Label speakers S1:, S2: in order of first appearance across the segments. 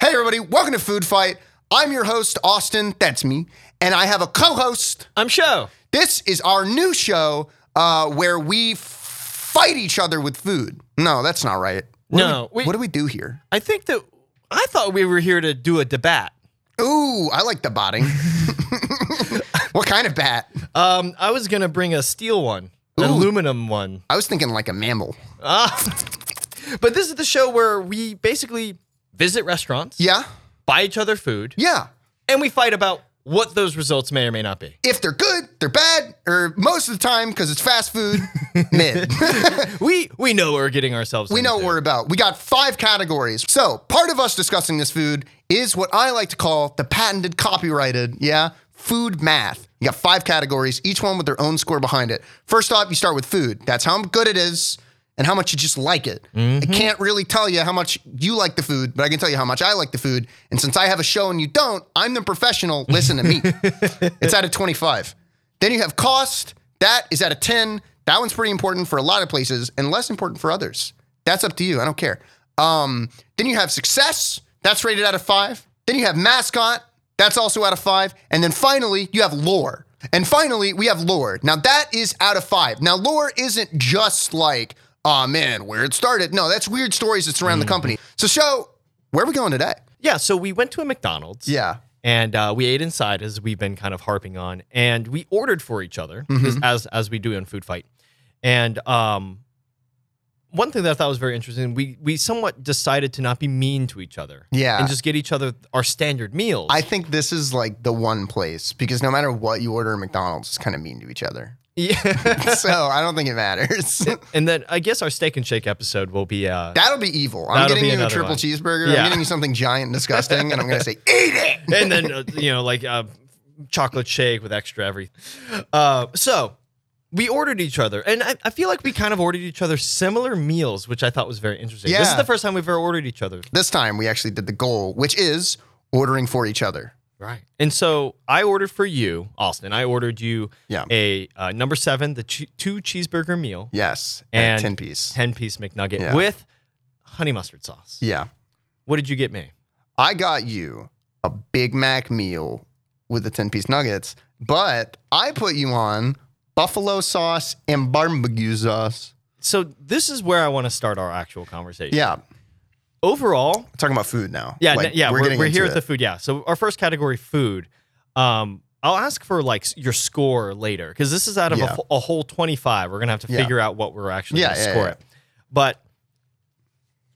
S1: everybody. Welcome to Food Fight. I'm your host, Austin. That's me. And I have a co host.
S2: I'm show.
S1: This is our new show uh, where we f- fight each other with food. No, that's not right. What do
S2: No,
S1: we-
S2: we-
S1: what do we do here?
S2: I think that I thought we were here to do a debate.
S1: Ooh, I like the botting. what kind of bat?
S2: Um, I was gonna bring a steel one, an
S1: Ooh.
S2: aluminum one.
S1: I was thinking like a mammal.
S2: Ah. but this is the show where we basically visit restaurants,
S1: Yeah?
S2: buy each other food,
S1: Yeah.
S2: and we fight about what those results may or may not be.
S1: If they're good, they're bad, or most of the time, because it's fast food, mid.
S2: We we know what we're getting ourselves.
S1: We know what
S2: into.
S1: we're about. We got five categories. So part of us discussing this food is what I like to call the patented, copyrighted, yeah, food math. You got five categories, each one with their own score behind it. First off, you start with food. That's how good it is and how much you just like it. I can't really tell you how much you like the food, but I can tell you how much I like the food. And since I have a show and you don't, I'm the professional. Listen to me. it's out of 25. Then you have cost. That is out of 10. That one's pretty important for a lot of places and less important for others. That's up to you. I don't care. Um, then you have success. That's rated out of five. Then you have mascot. That's also out of five. And then finally, you have lore. And finally, we have lore. Now, that is out of five. Now, lore isn't just like, oh man, where it started. No, that's weird stories that surround the company. So, show, where are we going today?
S2: Yeah. So we went to a McDonald's.
S1: Yeah.
S2: and uh, we ate inside as we've been kind of harping on and we ordered for each other
S1: Mm-hmm.
S2: as, as as we do in food fight and um one thing that I thought was very interesting, we we somewhat decided to not be mean to each other,
S1: Yeah.
S2: and just get each other our standard meals.
S1: I think this is like the one place because no matter what you order at McDonald's, it's kind of mean to each other.
S2: yeah.
S1: so I don't think it matters.
S2: and then I guess our steak and shake episode will be uh,
S1: That'll be evil. I'm
S2: That'll
S1: getting
S2: be
S1: you a
S2: another
S1: triple
S2: one.
S1: cheeseburger. I'm
S2: Yeah.
S1: getting you something giant and disgusting, and I'm gonna say, eat it.
S2: and then uh, you know like uh, chocolate shake with extra everything. Uh, so we ordered each other, and I, I feel like we kind of ordered each other similar meals, which I thought was very interesting. This
S1: Yeah.
S2: is the first time we've ever ordered each other,
S1: This time we actually did the goal, which is ordering for each other.
S2: right? And so I ordered for you, Austin. I ordered you
S1: Yeah.
S2: a uh, number seven, the che- two cheeseburger meal,
S1: Yes,
S2: And-
S1: ten piece.
S2: ten piece McNugget
S1: Yeah.
S2: with honey mustard sauce.
S1: Yeah,
S2: What did you get me?
S1: I got you a Big Mac meal with the ten piece nuggets, but I put you on buffalo sauce and barbecue sauce.
S2: So this is where I want to start our actual conversation.
S1: Yeah,
S2: Overall,
S1: talking about food now.
S2: Yeah,
S1: Like,
S2: n- yeah, we're,
S1: getting
S2: we're
S1: into
S2: here
S1: it.
S2: at the food. Yeah, so our first category, food. Um, I'll ask for like s- your score later because this is out of a
S1: Yeah.
S2: wh- a, whole twenty-five. We're gonna have to
S1: Yeah.
S2: figure out what we're actually
S1: Yeah,
S2: gonna
S1: yeah,
S2: score
S1: yeah.
S2: it. But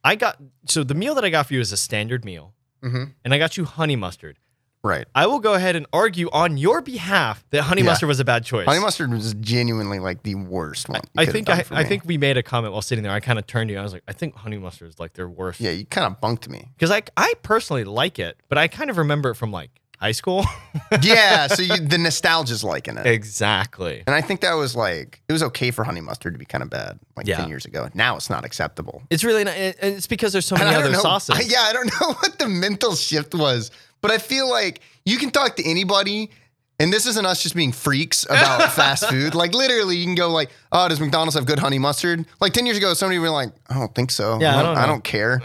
S2: I got so the meal that I got for you is a standard meal,
S1: Mhm.
S2: and I got you honey mustard.
S1: right.
S2: I will go ahead and argue on your behalf that honey
S1: Yeah.
S2: mustard was a bad choice.
S1: Honey mustard was genuinely like the worst one. you
S2: I
S1: could've
S2: think
S1: done
S2: I,
S1: for
S2: I
S1: me.
S2: think we made a comment while sitting there. I kind of turned to you. I was like, I think honey mustard is like their worst.
S1: yeah, you kind of bunked me.
S2: Because I I personally like it, but I kind of remember it from like high school.
S1: yeah, so you, the nostalgia's liking it.
S2: Exactly.
S1: And I think that was like it was okay for honey mustard to be kind of bad like
S2: Yeah.
S1: ten years ago. Now it's not acceptable.
S2: It's really not, and and it's because there's so
S1: And
S2: many
S1: I don't
S2: other
S1: know-
S2: sauces.
S1: I- yeah, I don't know what the mental shift was, but I feel like you can talk to anybody. And this isn't us just being freaks about fast food. Like literally, you can go like, "Oh, does McDonald's have good honey mustard?" Like ten years ago, somebody would be like, "I don't think so.
S2: Yeah, I don't know."
S1: care.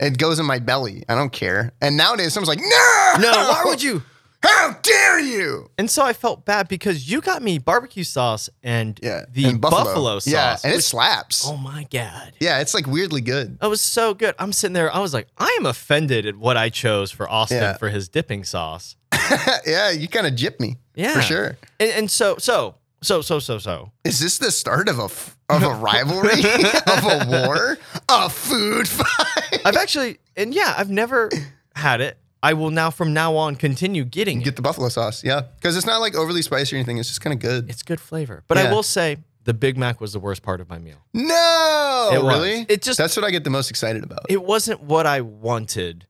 S1: It goes in my belly. I don't care." And nowadays, someone's like, "No,
S2: No, why would you?
S1: How dare you?"
S2: And so I felt bad because you got me barbecue sauce and
S1: Yeah,
S2: the
S1: and
S2: buffalo. sauce.
S1: Yeah, and it
S2: which-
S1: slaps.
S2: oh my god,
S1: Yeah, it's like weirdly good.
S2: that was so good. I'm sitting there. I was like, I am offended at what I chose for Austin
S1: Yeah.
S2: for his dipping sauce.
S1: yeah, you kind of gypped me.
S2: Yeah,
S1: For sure.
S2: And, and so so so so so so.
S1: Is this the start of a f- of a rivalry, of a war, a food fight?
S2: I've actually and yeah, I've never had it. I will now from now on continue getting it.
S1: Get the buffalo sauce, yeah, because it's not like overly spicy or anything. It's just kind of good.
S2: It's good flavor, but
S1: Yeah.
S2: I will say the Big Mac was the worst part of my meal.
S1: No,
S2: It was.
S1: Oh, really?
S2: It just-
S1: that's what I get the most excited about.
S2: it wasn't what I wanted.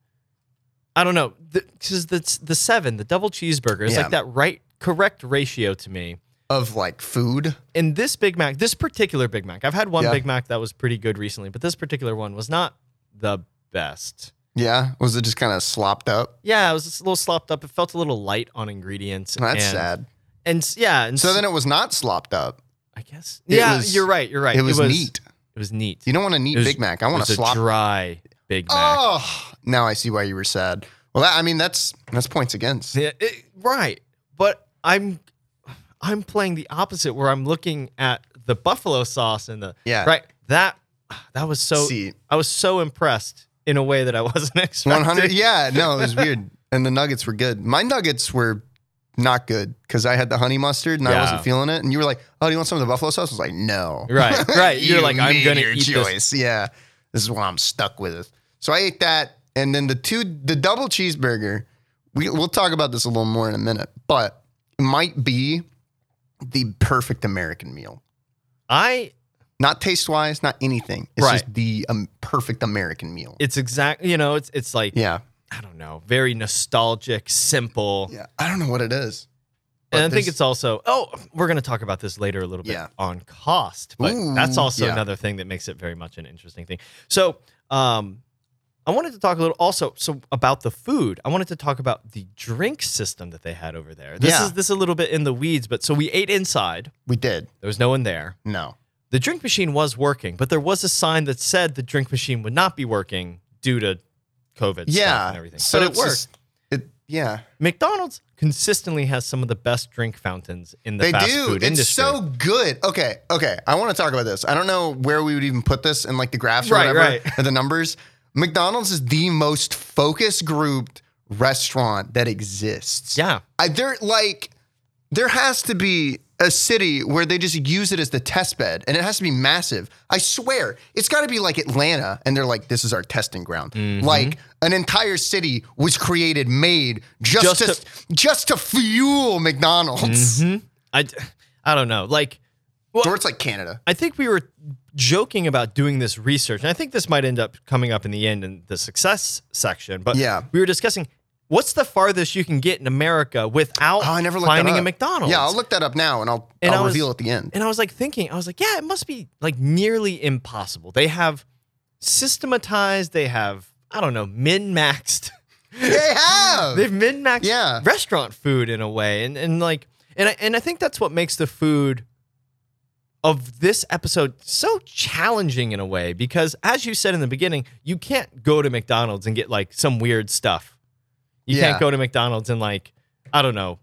S2: I don't know because the, the seven, the double cheeseburger is
S1: Yeah.
S2: like that right correct ratio to me.
S1: of like food,
S2: And this Big Mac, this particular Big Mac, I've had one
S1: Yeah.
S2: Big Mac that was pretty good recently, but this particular one was not the best.
S1: yeah. Was it just kind of slopped up?
S2: Yeah, it was just a little slopped up. It felt a little light on ingredients.
S1: That's
S2: and,
S1: sad.
S2: And s- yeah, and
S1: So
S2: s-
S1: then it was not slopped up.
S2: I guess
S1: it
S2: yeah,
S1: was-
S2: you're right. You're right.
S1: It was, neat.
S2: It was neat.
S1: You don't want a neat
S2: It was-
S1: Big Mac. I
S2: it
S1: want a
S2: was a
S1: slop.
S2: dry. Big Mac.
S1: Oh, now I see why you were sad. Well, that, I mean, that's that's points against.
S2: Yeah, it- right. But I'm I'm playing the opposite where I'm looking at the buffalo sauce and the
S1: Yeah.
S2: right that that was so
S1: See,
S2: I was so impressed in a way that I wasn't expecting.
S1: 100. Yeah, no, it was weird. And the nuggets were good. My nuggets were not good because I had the honey mustard and I
S2: Yeah.
S1: wasn't feeling it. And you were like, "Oh, do you want some of the buffalo sauce?" I was like, "No."
S2: Right, right. You're
S1: You
S2: like, I'm
S1: made
S2: gonna
S1: your
S2: eat this.
S1: choice. Yeah, this is what I'm stuck with. So I ate that, and then the two, the double cheeseburger. We, we'll talk about this a little more in a minute, but it might be the perfect American meal.
S2: I
S1: Not taste wise, not anything. It's
S2: Right.
S1: just the um, perfect American meal.
S2: it's exactly you know it's it's like
S1: yeah,
S2: I don't know very nostalgic simple
S1: yeah. I don't know what it is.
S2: and I
S1: But
S2: think
S1: there's-
S2: it's also oh we're gonna talk about this later a little bit
S1: Yeah.
S2: on cost but
S1: Ooh,
S2: that's also
S1: yeah.
S2: another thing that makes it very much an interesting thing so um I wanted to talk a little also so about the food I wanted to talk about the drink system that they had over there this
S1: Yeah.
S2: is this is a little bit in the weeds but so we ate inside
S1: we did
S2: there was no one there
S1: no.
S2: the drink machine was working, but there was a sign that said the drink machine would not be working due to COVID stuff
S1: Yeah,
S2: and everything.
S1: so
S2: but it
S1: it's
S2: worked.
S1: just- it- yeah,
S2: McDonald's consistently has some of the best drink fountains in the
S1: they
S2: fast
S1: do.
S2: food
S1: it's
S2: industry.
S1: so good. Okay, okay. I want to talk about this. I don't know where we would even put this in like the graphs or
S2: Right,
S1: whatever
S2: right.
S1: or the numbers. McDonald's is the most focus grouped restaurant that exists.
S2: yeah.
S1: I, there like there has to be a city where they just use it as the test bed and it has to be massive. I swear, it's got to be like Atlanta and they're like this is our testing ground.
S2: Mm-hmm.
S1: Like an entire city was created made just
S2: Just
S1: to, just to fuel McDonald's.
S2: hmm I, I don't know. Like, well,
S1: Or it's like Canada.
S2: I think we were joking about doing this research, and I think this might end up coming up in the end in the success section. But
S1: Yeah.
S2: we were discussing what's the farthest you can get in America without
S1: Oh, I never looked that
S2: finding a
S1: up.
S2: McDonald's.
S1: Yeah, I'll look that up now and I'll
S2: And I
S1: I'll
S2: was-
S1: reveal at the end.
S2: And I was like thinking, I was like, yeah, it must be like nearly impossible. They have systematized, they have, I don't know, min maxed.
S1: They have.
S2: They've min maxed
S1: Yeah.
S2: restaurant food in a way. And and like and I and I think that's what makes the food of this episode so challenging in a way because as you said in the beginning, you can't go to McDonald's and get like some weird stuff. You
S1: Yeah.
S2: can't go to McDonald's and like, I don't know.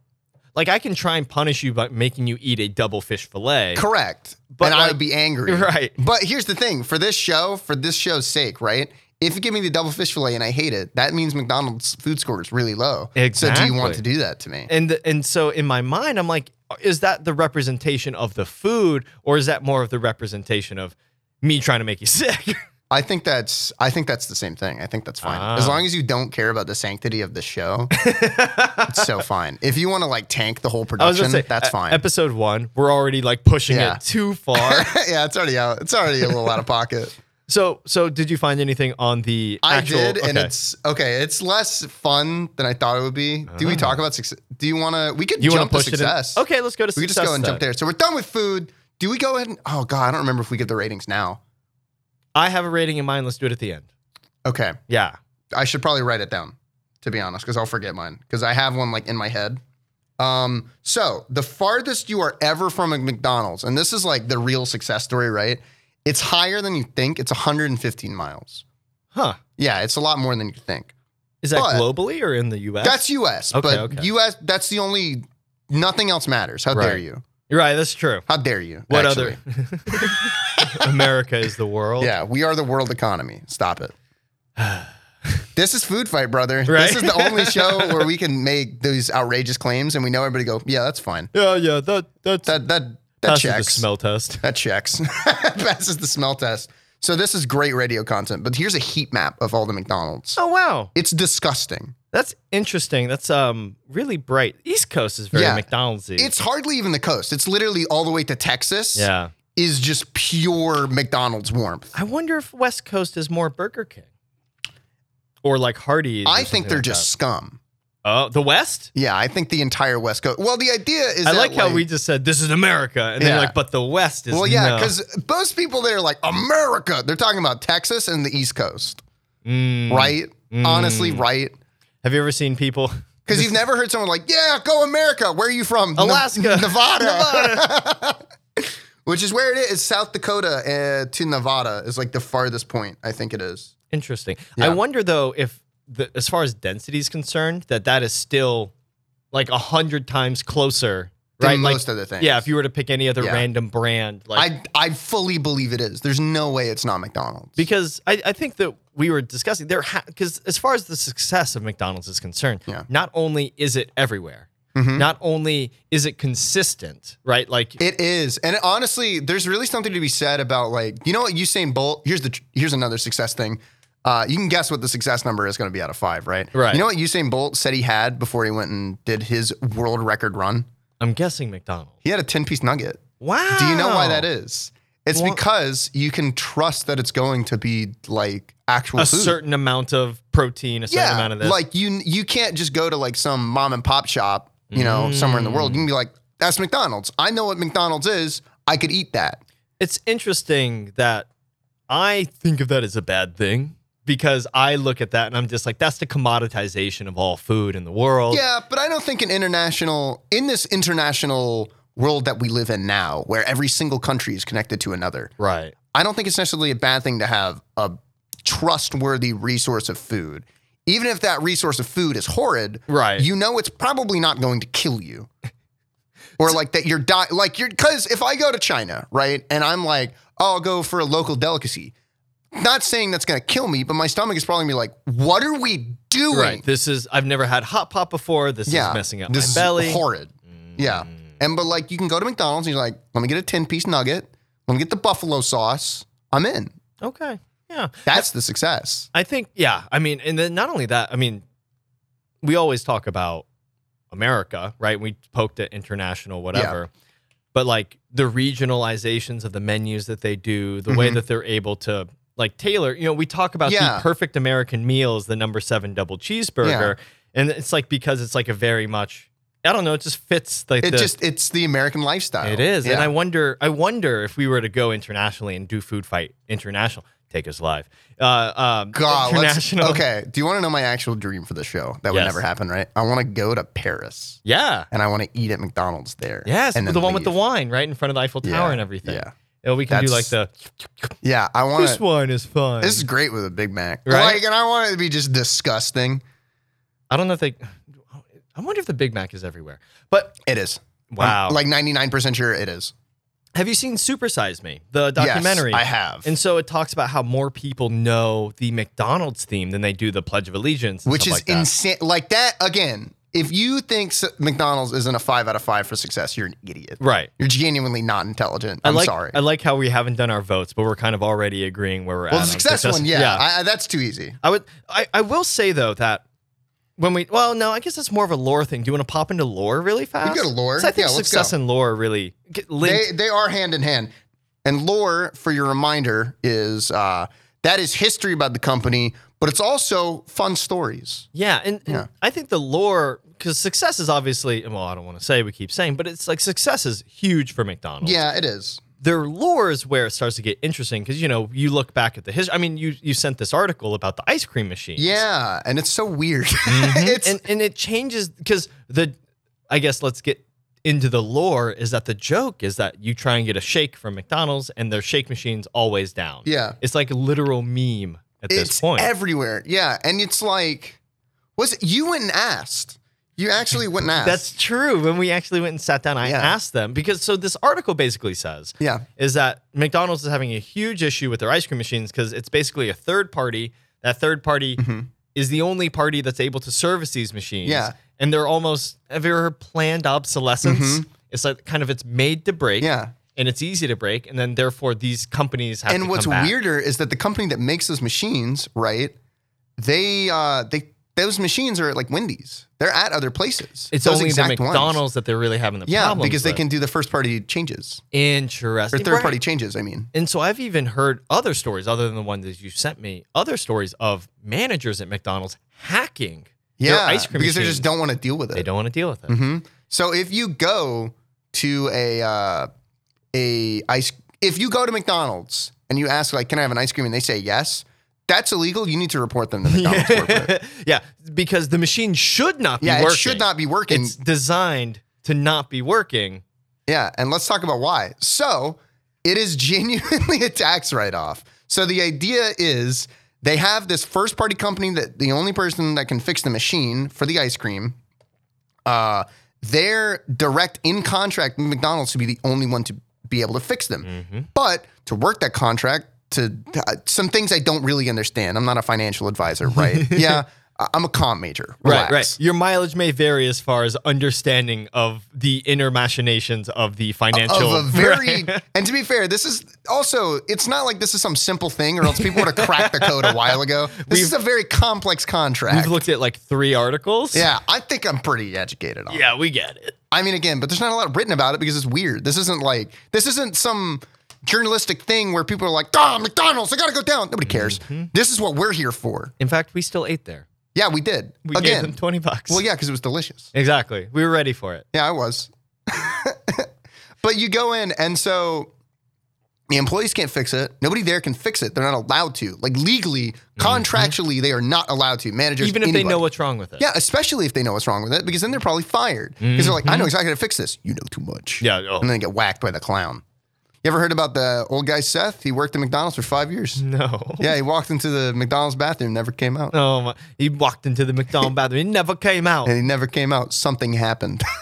S2: Like I can try and punish you by making you eat a double fish fillet.
S1: Correct.
S2: But,
S1: and I
S2: like-
S1: would be angry.
S2: Right.
S1: But here's the thing for this show, for this show's sake, right? If you give me the double fish fillet and I hate it, that means McDonald's food score is really low. So do you want
S2: Exactly.
S1: to do that to me?
S2: and and so in my mind i'm like is that the representation of the food or is that more of the representation of me trying to make you sick
S1: I think that's I think that's the same thing. I think that's fine.
S2: Ah.
S1: As long as you don't care about the sanctity of the show, it's so fine. If you want to like tank the whole
S2: i was
S1: production,
S2: gonna say
S1: that's
S2: e-
S1: fine.
S2: episode one we're already like pushing
S1: Yeah.
S2: it too far
S1: yeah, it's already out. It's already a little out of pocket.
S2: so so did you find anything on the
S1: I
S2: actual,
S1: did, and
S2: okay.
S1: it's okay. It's less fun than I thought it would be. Do we talk about success? Do you want to? We could
S2: Ah. you want
S1: jump
S2: to push
S1: to
S2: it in?
S1: success.
S2: okay let's go to
S1: We could just go and
S2: then.
S1: jump there. So we're done with food. Do we go ahead and oh god, I don't remember if we give the ratings now.
S2: i have a rating in mind let's do it at the end
S1: Okay.
S2: yeah
S1: I should probably write it down, to be honest, because I'll forget mine. Because I have one like in my head. Um, so the farthest you are ever from a McDonald's, and this is like the real success story, right? It's higher than you think. It's 115 miles.
S2: huh
S1: Yeah, it's a lot more than you think.
S2: is that
S1: But-
S2: globally or in the us
S1: That's US,
S2: Okay,
S1: but
S2: okay.
S1: US that's the only nothing else matters. How dare
S2: Right.
S1: you?
S2: You're right that's true
S1: How dare you?
S2: what
S1: actually.
S2: other america is the world
S1: Yeah, we are the world economy. Stop it. this is Food Fight, brother.
S2: Right?
S1: This is the only show where we can make those outrageous claims and we know everybody go, yeah, that's fine.
S2: yeah yeah that that's
S1: That that that
S2: passes the
S1: checks.
S2: smell test
S1: That checks. Passes the smell test. So this is great radio content, but here's a heat map of all the McDonald's.
S2: oh wow
S1: It's disgusting.
S2: That's interesting. That's um really bright. East Coast is very
S1: Yeah.
S2: McDonald's. McDonald'sy.
S1: It's hardly even the coast. It's literally all the way to Texas.
S2: yeah.
S1: Is just pure McDonald's warmth.
S2: I wonder if West Coast is more Burger King or like Hardee's. or
S1: I think
S2: something
S1: they're
S2: like
S1: just scum.
S2: that. oh the West.
S1: Yeah, I think the entire West Coast. Well, the idea is
S2: I
S1: that,
S2: like how we just said this is America, and then
S1: Yeah.
S2: you're like, but the West is
S1: Well, yeah,
S2: no.
S1: because most people that are like America, they're talking about Texas and the East Coast,
S2: Mm.
S1: right? Honestly,
S2: Mm.
S1: right?
S2: Have you ever seen people?
S1: Because you've never heard someone like, "Yeah, go America." Where are you from? Ne-
S2: Alaska.
S1: Nevada. Which is where it is. South Dakota uh, to Nevada is like the farthest point. I think it is.
S2: Interesting. I
S1: Yeah.
S2: wonder though if, the, as far as density is concerned, that that is still like a hundred times closer,
S1: than
S2: right?
S1: most
S2: like,
S1: other things.
S2: yeah. If you were to pick any other
S1: Yeah.
S2: random brand, like
S1: I I fully believe it is. There's no way it's not McDonald's.
S2: because I, I think that we were discussing there because as far as the success of McDonald's is concerned,
S1: Yeah.
S2: not only is it everywhere,
S1: Mhm.
S2: not only is it consistent, right? Like
S1: It is, and it- honestly, there's really something to be said about like you know what Usain Bolt. Here's the tr- here's another success thing. Uh, you can guess what the success number is going to be out of five, right?
S2: Right.
S1: You know what Usain Bolt said he had before he went and did his world record run.
S2: I'm guessing McDonald's.
S1: He had a ten piece nugget.
S2: Wow.
S1: Do you know why that is? It's
S2: Oh. Well-
S1: because you can trust that it's going to be like actual
S2: A
S1: food.
S2: certain amount of protein, a certain
S1: yeah,
S2: amount of this.
S1: like you you can't just go to like some mom and pop shop, you know, somewhere in the world. You can be like, that's McDonald's. I know what McDonald's is. I could eat that.
S2: it's interesting that I think of that as a bad thing because I look at that and I'm just like, that's the commoditization of all food in the world.
S1: Yeah, but I don't think an international in this international world that we live in now, where every single country is connected to another,
S2: Right.
S1: I don't think it's necessarily a bad thing to have a trustworthy resource of food. Even if that resource of food is horrid,
S2: Right.
S1: you know it's probably not going to kill you. or like that you're di- like you're cuz if I go to China, right? And I'm like, "Oh, I'll go for a local delicacy." Not saying that's going to kill me, but my stomach is probably going to be like, "What are we doing?"
S2: Right. This is I've never had hot pot before. This
S1: yeah,
S2: is messing up
S1: this
S2: my belly. Mm.
S1: Is horrid. Yeah, and but like you can go to McDonald's and you're like, let me get a ten piece nugget. Let me get the buffalo sauce. I'm in.
S2: okay. Yeah.
S1: That's the success.
S2: I think yeah. I mean, and then not only that, I mean, we always talk about America, right? We poked at international whatever. But like the regionalizations of the menus that they do, the way
S1: Mhm.
S2: that they're able to like tailor, you know, we talk about
S1: Yeah.
S2: the perfect American meal is the number seven double cheeseburger. And it's like because it's like a very much I don't know, it just fits like
S1: It
S2: the,
S1: just it's the American lifestyle.
S2: it is. And I
S1: Yeah.
S2: wonder I wonder if we were to go internationally and do food fight international, take us live. Uh um
S1: God, let's,
S2: international.
S1: okay. Do you want to know my actual dream for the show? That would
S2: Yes.
S1: never happen, right? I want to go to Paris
S2: Yeah.
S1: and I want to eat at McDonald's there.
S2: Yes,
S1: and
S2: the
S1: then
S2: one with the
S1: leave.
S2: wine right in front of the Eiffel Tower
S1: Yeah,
S2: and everything.
S1: Yeah,
S2: And we can do like
S1: That's-
S2: the
S1: yeah. I want
S2: this
S1: to.
S2: wine is fine.
S1: This is great with a Big Mac,
S2: Right?
S1: Like, and I want it to be just disgusting.
S2: I don't know if they. I wonder if the Big Mac is everywhere. But
S1: It is.
S2: wow,
S1: I'm like ninety nine percent sure it is.
S2: have you seen Super Size Me, the documentary?
S1: Yes, I have.
S2: And so it talks about how more people know the McDonald's theme than they do the Pledge of Allegiance, and
S1: which is
S2: stuff like that.
S1: insane. Like that again. If you think s- McDonald's isn't a five out of five for success, you're an idiot.
S2: Right.
S1: You're genuinely not intelligent.
S2: I
S1: I'm
S2: like,
S1: sorry.
S2: I like how we haven't done our votes, but we're kind of already agreeing where we're at.
S1: well, the
S2: on
S1: success one, yeah, I, I, that's too easy.
S2: I would. I, I will say though that when we well no I guess that's more of a lore thing. Do you want to pop into lore really fast?
S1: go to lore.
S2: 'Cause I think
S1: Yeah, let's
S2: success
S1: go.
S2: and lore really get
S1: They
S2: linked.
S1: they are hand in hand. And lore, for your reminder, is uh, that is history about the company, but it's also fun stories.
S2: yeah, and, and
S1: Yeah.
S2: I think the lore because success is obviously well I don't want to say we keep saying but it's like success is huge for McDonald's.
S1: Yeah, it is.
S2: their lore is where it starts to get interesting because you know you look back at the history. I mean you you sent this article about the ice cream machine.
S1: Yeah, and it's so weird.
S2: Mhm.
S1: it's
S2: and and it changes because the I guess let's get into the lore is that the joke is that you try and get a shake from McDonald's and their shake machine's always down.
S1: yeah.
S2: It's like a literal meme at this
S1: it's
S2: point.
S1: everywhere. Yeah, and it's like, was it, you went and asked? You actually went and asked.
S2: That's true. When we actually went and sat down, I
S1: Yeah.
S2: asked them because so this article basically says
S1: yeah.
S2: is that McDonald's is having a huge issue with their ice cream machines because it's basically a third party. That third party is the only party that's able to service these machines.
S1: Mm-hmm. Yeah.
S2: And they're almost, have you ever heard planned obsolescence?
S1: Mhm.
S2: It's like kind of it's made to break.
S1: Yeah.
S2: And it's easy to break. And then therefore these companies have to
S1: and what's
S2: come back.
S1: weirder is that the company that makes those machines, right? They uh they those machines are at like Wendy's. They're at other places.
S2: It's
S1: Those
S2: only the
S1: exact ones.
S2: McDonald's that they're really having the
S1: Yeah,
S2: problem.
S1: because they can do the first party changes or
S2: Interesting.
S1: third
S2: Right.
S1: party changes, I mean.
S2: And so I've even heard other stories other than the one that you sent me, other stories of managers at McDonald's hacking
S1: Yeah.
S2: their ice cream
S1: because they
S2: machines.
S1: just don't want to deal with it.
S2: They don't want to deal with it.
S1: hmm So if you go to a uh, a ice, if you go to McDonald's and you ask like, "Can I have an ice cream?" and they say yes, that's illegal. You need to report them to McDonald's corporate.
S2: yeah. yeah, because the machine should not be
S1: Mm-hmm. Yeah,
S2: working.
S1: it should not be working.
S2: It's designed to not be working.
S1: yeah, and let's talk about why. So it is genuinely a tax write off. So the idea is They have this first party company that the only person that can fix the machine for the ice cream. Uh, they're direct in contract with McDonald's to be the only one to be able to fix them.
S2: Mm-hmm.
S1: But to work that contract, to uh, some things I don't really understand. I'm not a financial advisor, right? yeah, I- I'm a comp major.
S2: Right, right.
S1: Relax.
S2: Your mileage may vary as far as understanding of the inner machinations of the financial.
S1: of a very and to be fair, this is also it's not like this is some simple thing, or else people would have cracked the code a while ago. This is a very complex contract.
S2: We've looked at like three articles.
S1: yeah, I think I'm pretty educated on. it.
S2: Yeah, we get it.
S1: I mean, again, but there's not a lot written about it because it's weird. This isn't like this isn't some journalistic thing where people are like, "Ah, McDonald's, I gotta go down." Nobody cares.
S2: Mm-hmm.
S1: This is what we're here for.
S2: In fact, we still ate there.
S1: Yeah, we did
S2: We gave them
S1: again.
S2: 20 bucks.
S1: Well, yeah, because it was delicious.
S2: Exactly. We were ready for it.
S1: Yeah, I was. but you go in, and so the employees can't fix it. Nobody there can fix it. They're not allowed to. Like legally, contractually, they are not allowed to. Managers,
S2: Mm-hmm. Even if they
S1: anybody.
S2: know what's wrong with it.
S1: Yeah, especially if they know what's wrong with it, because then they're probably fired. Because they're like, I know exactly how to fix this. You know too much.
S2: Mm-hmm. Yeah, oh.
S1: And then get whacked by the clown. You ever heard about the old guy Seth? He worked at McDonald's for five years.
S2: No.
S1: Yeah, he walked into the McDonald's bathroom, never came out.
S2: Oh my. He walked into the McDonald's bathroom. He never came out.
S1: And he never came out. Something happened.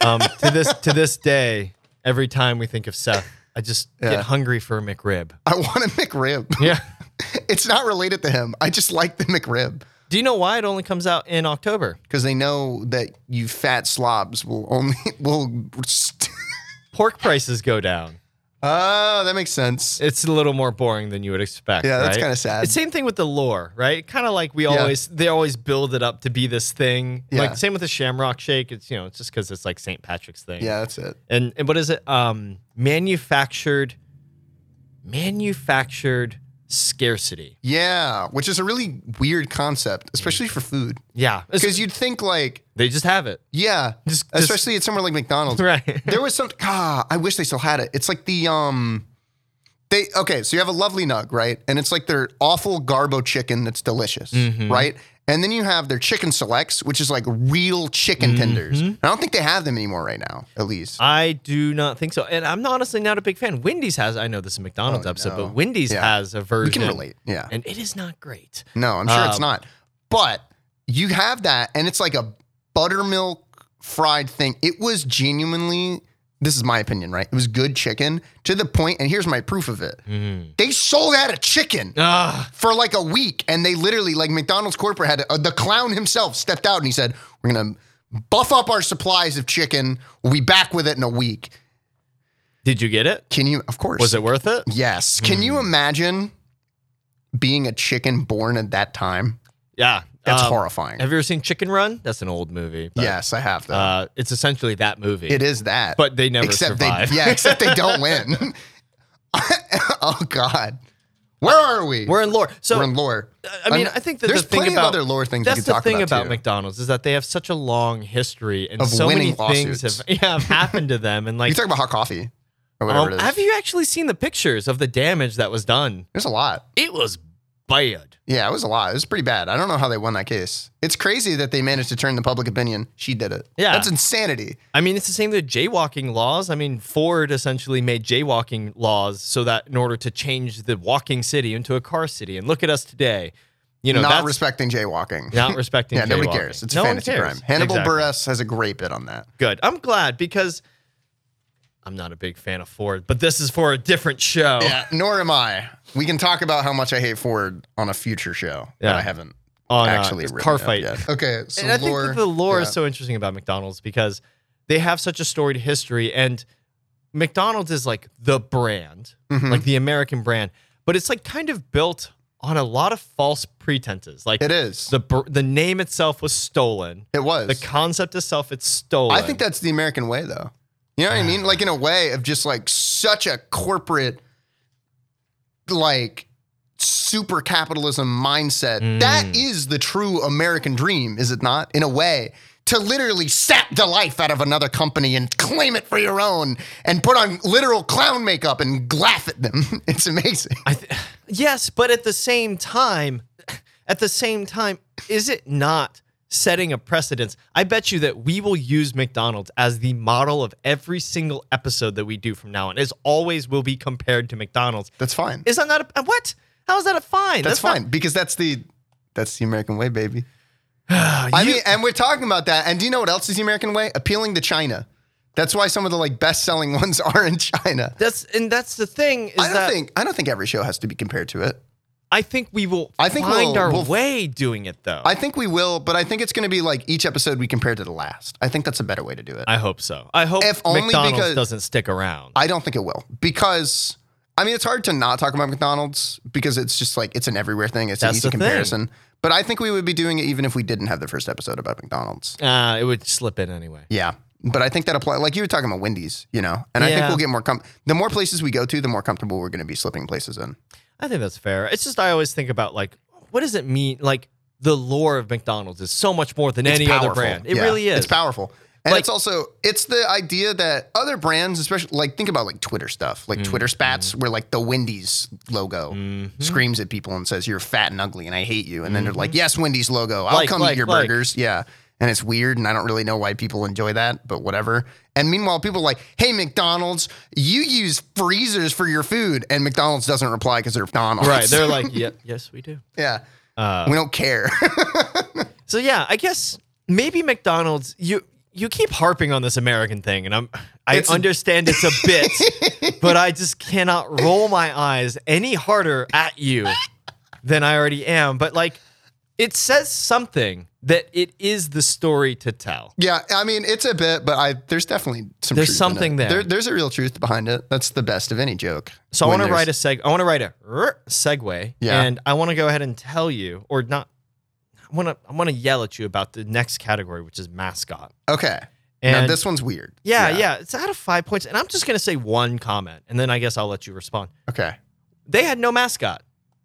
S2: Um, to this to this day, every time we think of Seth, I just
S1: Yeah.
S2: get hungry for a McRib.
S1: I want a McRib.
S2: Yeah.
S1: it's not related to him. I just like the McRib.
S2: Do you know why it only comes out in October?
S1: because they know that you fat slobs will only will.
S2: Pork prices go down.
S1: oh, that makes sense.
S2: It's a little more boring than you would expect.
S1: Yeah, that's
S2: right?
S1: kinda sad.
S2: It's same thing with the lore, right? Kind of like we
S1: Yeah.
S2: always they always build it up to be this thing.
S1: Yeah.
S2: Like same with the Shamrock Shake. It's you know it's just because it's like St. Patrick's thing.
S1: Yeah, that's it.
S2: and, and what is it? Um, manufactured, manufactured scarcity.
S1: Yeah, which is a really weird concept, especially for food,
S2: Yeah, It's-
S1: because you'd think like,
S2: they just have it.
S1: yeah,
S2: Just- just-
S1: especially at somewhere like McDonald's.
S2: Right.
S1: There was some. Ah, I wish they still had it. It's like the um. They, okay, so you have a lovely nug, right? And it's like their awful garbo chicken that's delicious,
S2: Mm-hmm.
S1: right? And then you have their chicken selects, which is like real chicken
S2: Mm-hmm.
S1: tenders. And I don't think they have them anymore right now, at least.
S2: I do not think so, and I'm honestly not a big fan. Wendy's has. I know this is a McDonald's
S1: Oh,
S2: episode,
S1: no.
S2: but Wendy's
S1: Yeah.
S2: has a version.
S1: We can relate. Yeah.
S2: and it is not great.
S1: No, I'm sure it's
S2: Um,
S1: not. But you have that, and it's like a buttermilk fried thing. It was genuinely, this is my opinion, right? It was good chicken to the point, and here's my proof of it.
S2: Mm-hmm.
S1: They sold out of chicken
S2: Ah,
S1: for like a week, and they literally, like McDonald's corporate had uh, the clown himself stepped out and he said, "We're gonna buff up our supplies of chicken. We'll be back with it in a week."
S2: did you get it?
S1: Can you? Of course.
S2: Was it Hmm. worth it?
S1: Yes. Can you imagine being a chicken born at that time?
S2: Yeah,
S1: That's
S2: Um,
S1: horrifying.
S2: Have you ever seen Chicken Run? That's an old movie. but,
S1: yes, I have though.
S2: uh, it's essentially that movie.
S1: it is that.
S2: but they never
S1: except
S2: survive.
S1: they yeah, except they don't win. oh God. Where are we?
S2: we're in lore. So
S1: We're in lore.
S2: I mean,
S1: I'm-
S2: I think that
S1: there's
S2: the thing
S1: plenty
S2: about
S1: of other lore things
S2: that's
S1: we could
S2: the
S1: talk
S2: thing
S1: about,
S2: about
S1: too.
S2: McDonald's is that they have such a long history and
S1: Of
S2: so many
S1: winning
S2: things
S1: lawsuits.
S2: have yeah, have happened to them and
S1: You
S2: like
S1: talk about hot coffee or whatever
S2: um,
S1: it is.
S2: have you actually seen the pictures of the damage that was done?
S1: There's a lot.
S2: It was bad.
S1: Yeah, it was a lot. It was pretty bad. I don't know how they won that case. It's crazy that they managed to turn the public opinion. She did it.
S2: Yeah.
S1: that's insanity.
S2: I mean, it's the same with jaywalking laws. I mean, Ford essentially made jaywalking laws so that in order to change the walking city into a car city. And look at us today. You know,
S1: Not
S2: that's
S1: respecting jaywalking.
S2: not respecting.
S1: yeah, nobody
S2: jaywalking.
S1: cares. It's
S2: No
S1: a
S2: one
S1: fantasy
S2: cares.
S1: crime. Hannibal
S2: Exactly.
S1: Buress has a great bit on that.
S2: good. I'm glad because I'm not a big fan of Ford, but this is for a different show.
S1: Yeah, nor am I. We can talk about how much I hate Ford on a future show. But
S2: Yeah.
S1: I haven't
S2: On, uh,
S1: actually written
S2: car
S1: it up
S2: fight.
S1: yet. Okay, so
S2: and I think
S1: lore-
S2: that the lore
S1: yeah.
S2: is so interesting about McDonald's because they have such a storied history, and McDonald's is like the brand,
S1: Mm-hmm.
S2: like the American brand, but it's like kind of built on a lot of false pretenses. Like
S1: It is.
S2: the br- the name itself was stolen.
S1: it was.
S2: The concept itself, it's stolen.
S1: I think that's the American way, though. You know what I mean? Like in a way of just like such a corporate, like super capitalism mindset.
S2: Mm.
S1: That is the true American dream, is it not? In a way, to literally sap the life out of another company and claim it for your own, and put on literal clown makeup and laugh at them. It's amazing.
S2: I th- yes, but at the same time, at the same time, is it not setting a precedence? I bet you that we will use McDonald's as the model of every single episode that we do from now on. Is always will be compared to McDonald's.
S1: That's fine.
S2: Is that not a, uh, what? How is that a fine?
S1: That's,
S2: not-
S1: fine because that's the that's the American way, baby.
S2: Ah,
S1: I
S2: you-
S1: mean, and we're talking about that. And do you know what else is the American way? Appealing to China. That's why some of the like best selling ones are in China.
S2: that's and that's the thing is
S1: I don't
S2: that
S1: think I don't think every show has to be compared to it.
S2: I think we will
S1: I think
S2: find
S1: we'll-
S2: our
S1: we'll-
S2: way doing it though.
S1: I think we will, but I think it's going to be like each episode we compare to the last. I think that's a better way to do it.
S2: I hope so. I hope
S1: If only
S2: McDonald's
S1: because-
S2: doesn't stick around.
S1: I don't think it will because I mean it's hard to not talk about McDonald's because it's just like it's an everywhere thing. It's
S2: That's
S1: an easy
S2: the thing.
S1: comparison. But I think we would be doing it even if we didn't have the first episode about McDonald's.
S2: uh, it would slip in anyway.
S1: Yeah. But I think that applies. Like you were talking about Wendy's, you know, and I think
S2: Yeah.
S1: we'll get more. Com- the more places we go to, the more comfortable we're going to be slipping places in.
S2: I think that's fair. It's just I always think about like what does it mean? Like the lore of McDonald's is so much more than
S1: It's
S2: any
S1: powerful.
S2: other brand. It
S1: Yeah,
S2: really is.
S1: It's powerful. And
S2: Like-
S1: it's also it's the idea that other brands, especially like think about like Twitter stuff,
S2: Mm,
S1: like Twitter spats, where like the Wendy's logo
S2: Mm-hmm.
S1: screams at people and says you're fat and ugly and I hate you, and then they're like, yes, Wendy's logo, I'll
S2: Like,
S1: come
S2: like,
S1: eat your
S2: like.
S1: burgers, yeah. And it's weird, and I don't really know why people enjoy that, but whatever. And meanwhile, people are like, hey, McDonald's, you use freezers for your food, and McDonald's doesn't reply because they're McDonald's,
S2: Right. They're Uh, like, yeah, yes, we do.
S1: yeah, we don't care.
S2: So yeah, I guess maybe McDonald's you you keep harping on this American thing and I'm I
S1: It's-
S2: understand it's a bit, but I just cannot roll my eyes any harder at you than I already am. But like it says something that it is the story to tell.
S1: Yeah, I mean it's a bit, but I there's definitely some.
S2: There's
S1: truth in
S2: something
S1: it.
S2: there.
S1: There's a real truth behind it. That's the best of any joke.
S2: So I
S1: When
S2: want to
S1: there's-
S2: write a seg. I want to write a rrr segue,
S1: Yeah.
S2: and I want to go ahead and tell you, or not. I want to. I want to yell at you about the next category, which is mascot.
S1: Okay. now
S2: And
S1: this one's weird.
S2: yeah, yeah, it's out of five points, and I'm just gonna say one comment, and then I guess I'll let you respond.
S1: Okay.
S2: They had no mascot.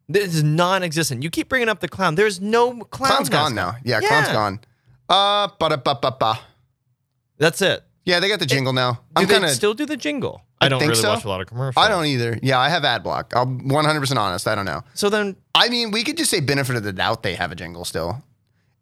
S2: This is non-existent. You keep bringing up the clown. There's no clown.
S1: Clown's gone
S2: mascot.
S1: now. Yeah, clown's
S2: Yeah.
S1: gone. Uh, ba ba ba ba.
S2: That's it.
S1: Yeah, they got the jingle now.
S2: Do
S1: I'm
S2: they
S1: kind of.
S2: still do the jingle? I, don't
S1: think
S2: really
S1: so.
S2: watch a lot of commercials.
S1: I don't either. Yeah, I have ad block. I'm 100 percent honest. I don't know.
S2: So then,
S1: I mean, we could just say benefit of the doubt they have a jingle still,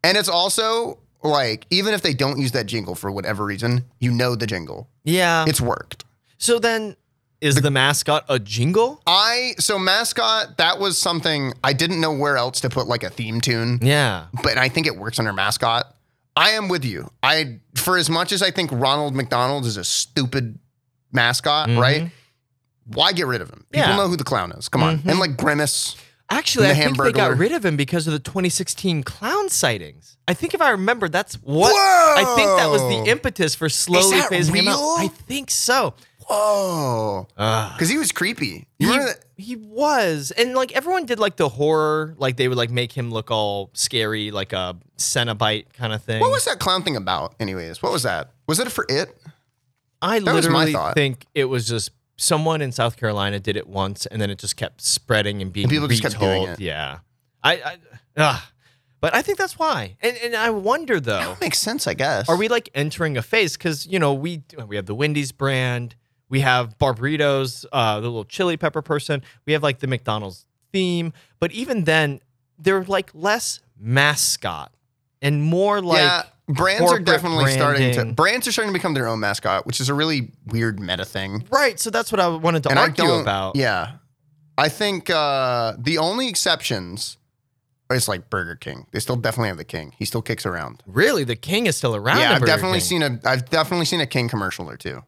S1: and it's also like even if they don't use that jingle for whatever reason, you know the jingle.
S2: yeah.
S1: It's worked.
S2: so then, is the mascot a jingle?
S1: I so mascot that was something I didn't know where else to put like a theme tune,
S2: Yeah.
S1: but I think it works under mascot. I am with you. I for as much as I think Ronald McDonald is a stupid mascot,
S2: Mhm.
S1: right? Why get rid of him? People
S2: Yeah.
S1: know who the clown is. Come on,
S2: Mhm.
S1: and like Grimace.
S2: Actually, I
S1: And the
S2: think they got
S1: Hamburglar.
S2: rid of him because of the 2016 clown sightings. I think if I remember, that's what
S1: Whoa!
S2: I think that was the impetus for slowly
S1: that
S2: phasing him
S1: real?
S2: out. I think so.
S1: Whoa,
S2: Uh,
S1: because he was creepy. You
S2: he,
S1: remember that?
S2: he was, and like everyone did, like the horror, like they would like make him look all scary, like a Cenobite kind of thing.
S1: What was that clown thing about? Anyways, what was that? Was it for it?
S2: I
S1: was my
S2: literally
S1: thought.
S2: think it was just someone in South Carolina did it once, and then it just kept spreading and being
S1: And people
S2: retold.
S1: just kept doing it.
S2: Yeah, I, I ugh. but I think that's why, and and I wonder though.
S1: That makes sense, I guess.
S2: are we like entering a phase? Because you know we we have the Wendy's brand, we have Barbritos, uh, the little chili pepper person, we have like the McDonald's theme, but even then they're like less mascot and more like
S1: yeah, brands are
S2: corporate
S1: definitely starting to
S2: branding.
S1: brands are starting to become their own mascot, which is a really weird meta thing.
S2: right. So that's what I wanted to
S1: And I
S2: argue
S1: don't-
S2: about.
S1: Yeah, I think uh, the only exceptions is like Burger King. They still definitely have the king. He still kicks around.
S2: Really, the king is still around.
S1: yeah,
S2: in
S1: I've
S2: Burger
S1: definitely
S2: King.
S1: seen a I've definitely seen a king commercial or two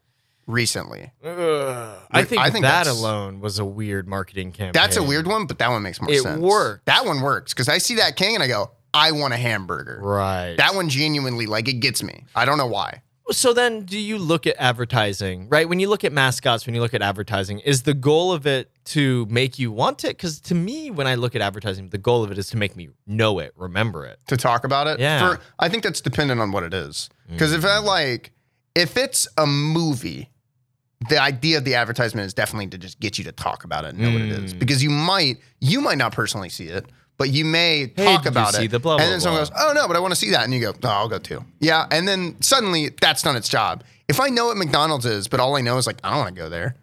S1: recently.
S2: Ugh. I think,
S1: I think
S2: that
S1: that's-
S2: alone was a weird marketing campaign.
S1: That's a weird one, but that one makes more
S2: It
S1: sense.
S2: worked.
S1: That one works because I see that king and I go, I want a hamburger.
S2: Right.
S1: That one genuinely like it gets me. I don't know why.
S2: So then, do you look at advertising, right? When you look at mascots, when you look at advertising, is the goal of it to make you want it? Because to me, when I look at advertising, the goal of it is to make me know it, remember it.
S1: to talk about it.
S2: Yeah. Mm.
S1: For, I think that's dependent on what it is. Because if I like, if it's a movie, the idea of the advertisement is definitely to just get you to talk about it and know what it
S2: Mm.
S1: is. Because you might, you might not personally see it, but you may talk
S2: did you
S1: about
S2: see
S1: it.
S2: the blah,
S1: and
S2: blah,
S1: then someone
S2: blah?
S1: goes, oh no, but I want to see that. And you go, oh, I'll go too. Yeah. And then suddenly that's done its job. If I know what McDonald's is, but all I know is like, I don't want to go there,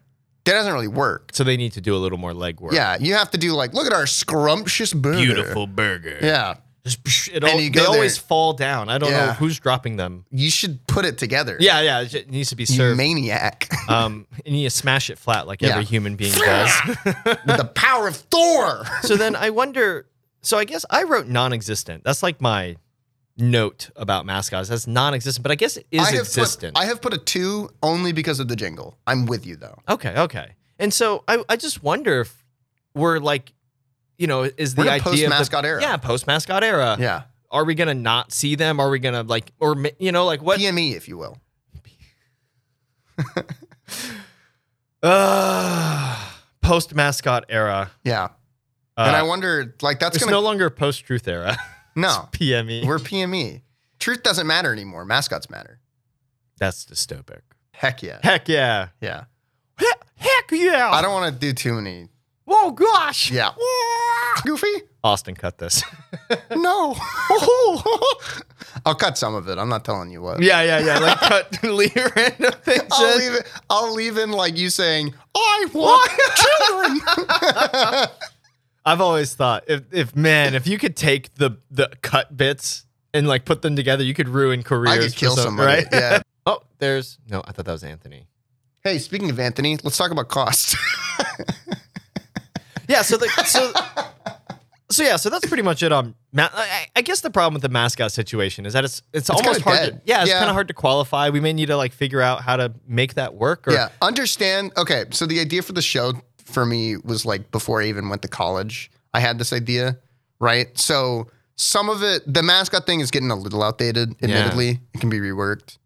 S1: that doesn't really work.
S2: So they need to do a little more legwork.
S1: Yeah. You have to do like, look at our scrumptious burger.
S2: Beautiful burger.
S1: Yeah.
S2: Just, it
S1: And
S2: all,
S1: you go
S2: they
S1: there.
S2: always fall down. I don't know
S1: Yeah.
S2: who's dropping them.
S1: You should put it together.
S2: Yeah, yeah, it j- needs to be
S1: You
S2: served.
S1: maniac.
S2: um, and you smash it flat like
S1: Yeah.
S2: every human being does.
S1: With the power of Thor.
S2: so then I wonder. So I guess I wrote non-existent. That's like my note about mascots. That's non-existent, but I guess it is
S1: I have
S2: existent.
S1: Put, I have put a two only because of the jingle. I'm with you though.
S2: okay, okay. And so I, I just wonder if we're like, you know, is the
S1: We're in a
S2: idea of the-
S1: post-mascot era.
S2: Yeah, post mascot era.
S1: Yeah.
S2: Are we gonna not see them? Are we gonna like, or ma- you know, like what?
S1: PME, E, if you will.
S2: Uh, post mascot era.
S1: Yeah.
S2: Uh,
S1: and I wonder, like, that's
S2: it's
S1: gonna
S2: no longer post truth era. E.
S1: no.
S2: PME.
S1: We're PME. Truth doesn't matter anymore. Mascots matter.
S2: That's dystopic.
S1: Heck yeah.
S2: Heck yeah.
S1: Yeah.
S2: He- Heck yeah.
S1: I don't want to do too many.
S2: Whoa, gosh.
S1: Yeah. Goofy?
S2: Austin, cut this.
S1: No. I'll cut some of it. I'm not telling you what.
S2: yeah, yeah, yeah. Like, cut leave random things.
S1: I'll
S2: in.
S1: leave it. I'll leave in like you saying, "I want children."
S2: I've always thought if, if man, if you could take the the cut bits and like put them together, you could ruin careers.
S1: I could
S2: for
S1: kill
S2: some-
S1: somebody.
S2: right?
S1: Yeah.
S2: Oh, there's no. I thought that was Anthony.
S1: Hey, speaking of Anthony, let's talk about cost.
S2: Yeah. So the so. So yeah, so that's pretty much it. Um, ma- I, I guess the problem with the mascot situation is that it's it's,
S1: kinda
S2: almost hard. To,
S1: dead.
S2: yeah, it's
S1: Yeah.
S2: kind of hard to qualify. We may need to like figure out how to make that work. Or,
S1: yeah. Understand. Okay. So the idea for the show for me was like before I even went to college, I had this idea, right? So some of it, the mascot thing is getting a little outdated, admittedly. It can be reworked.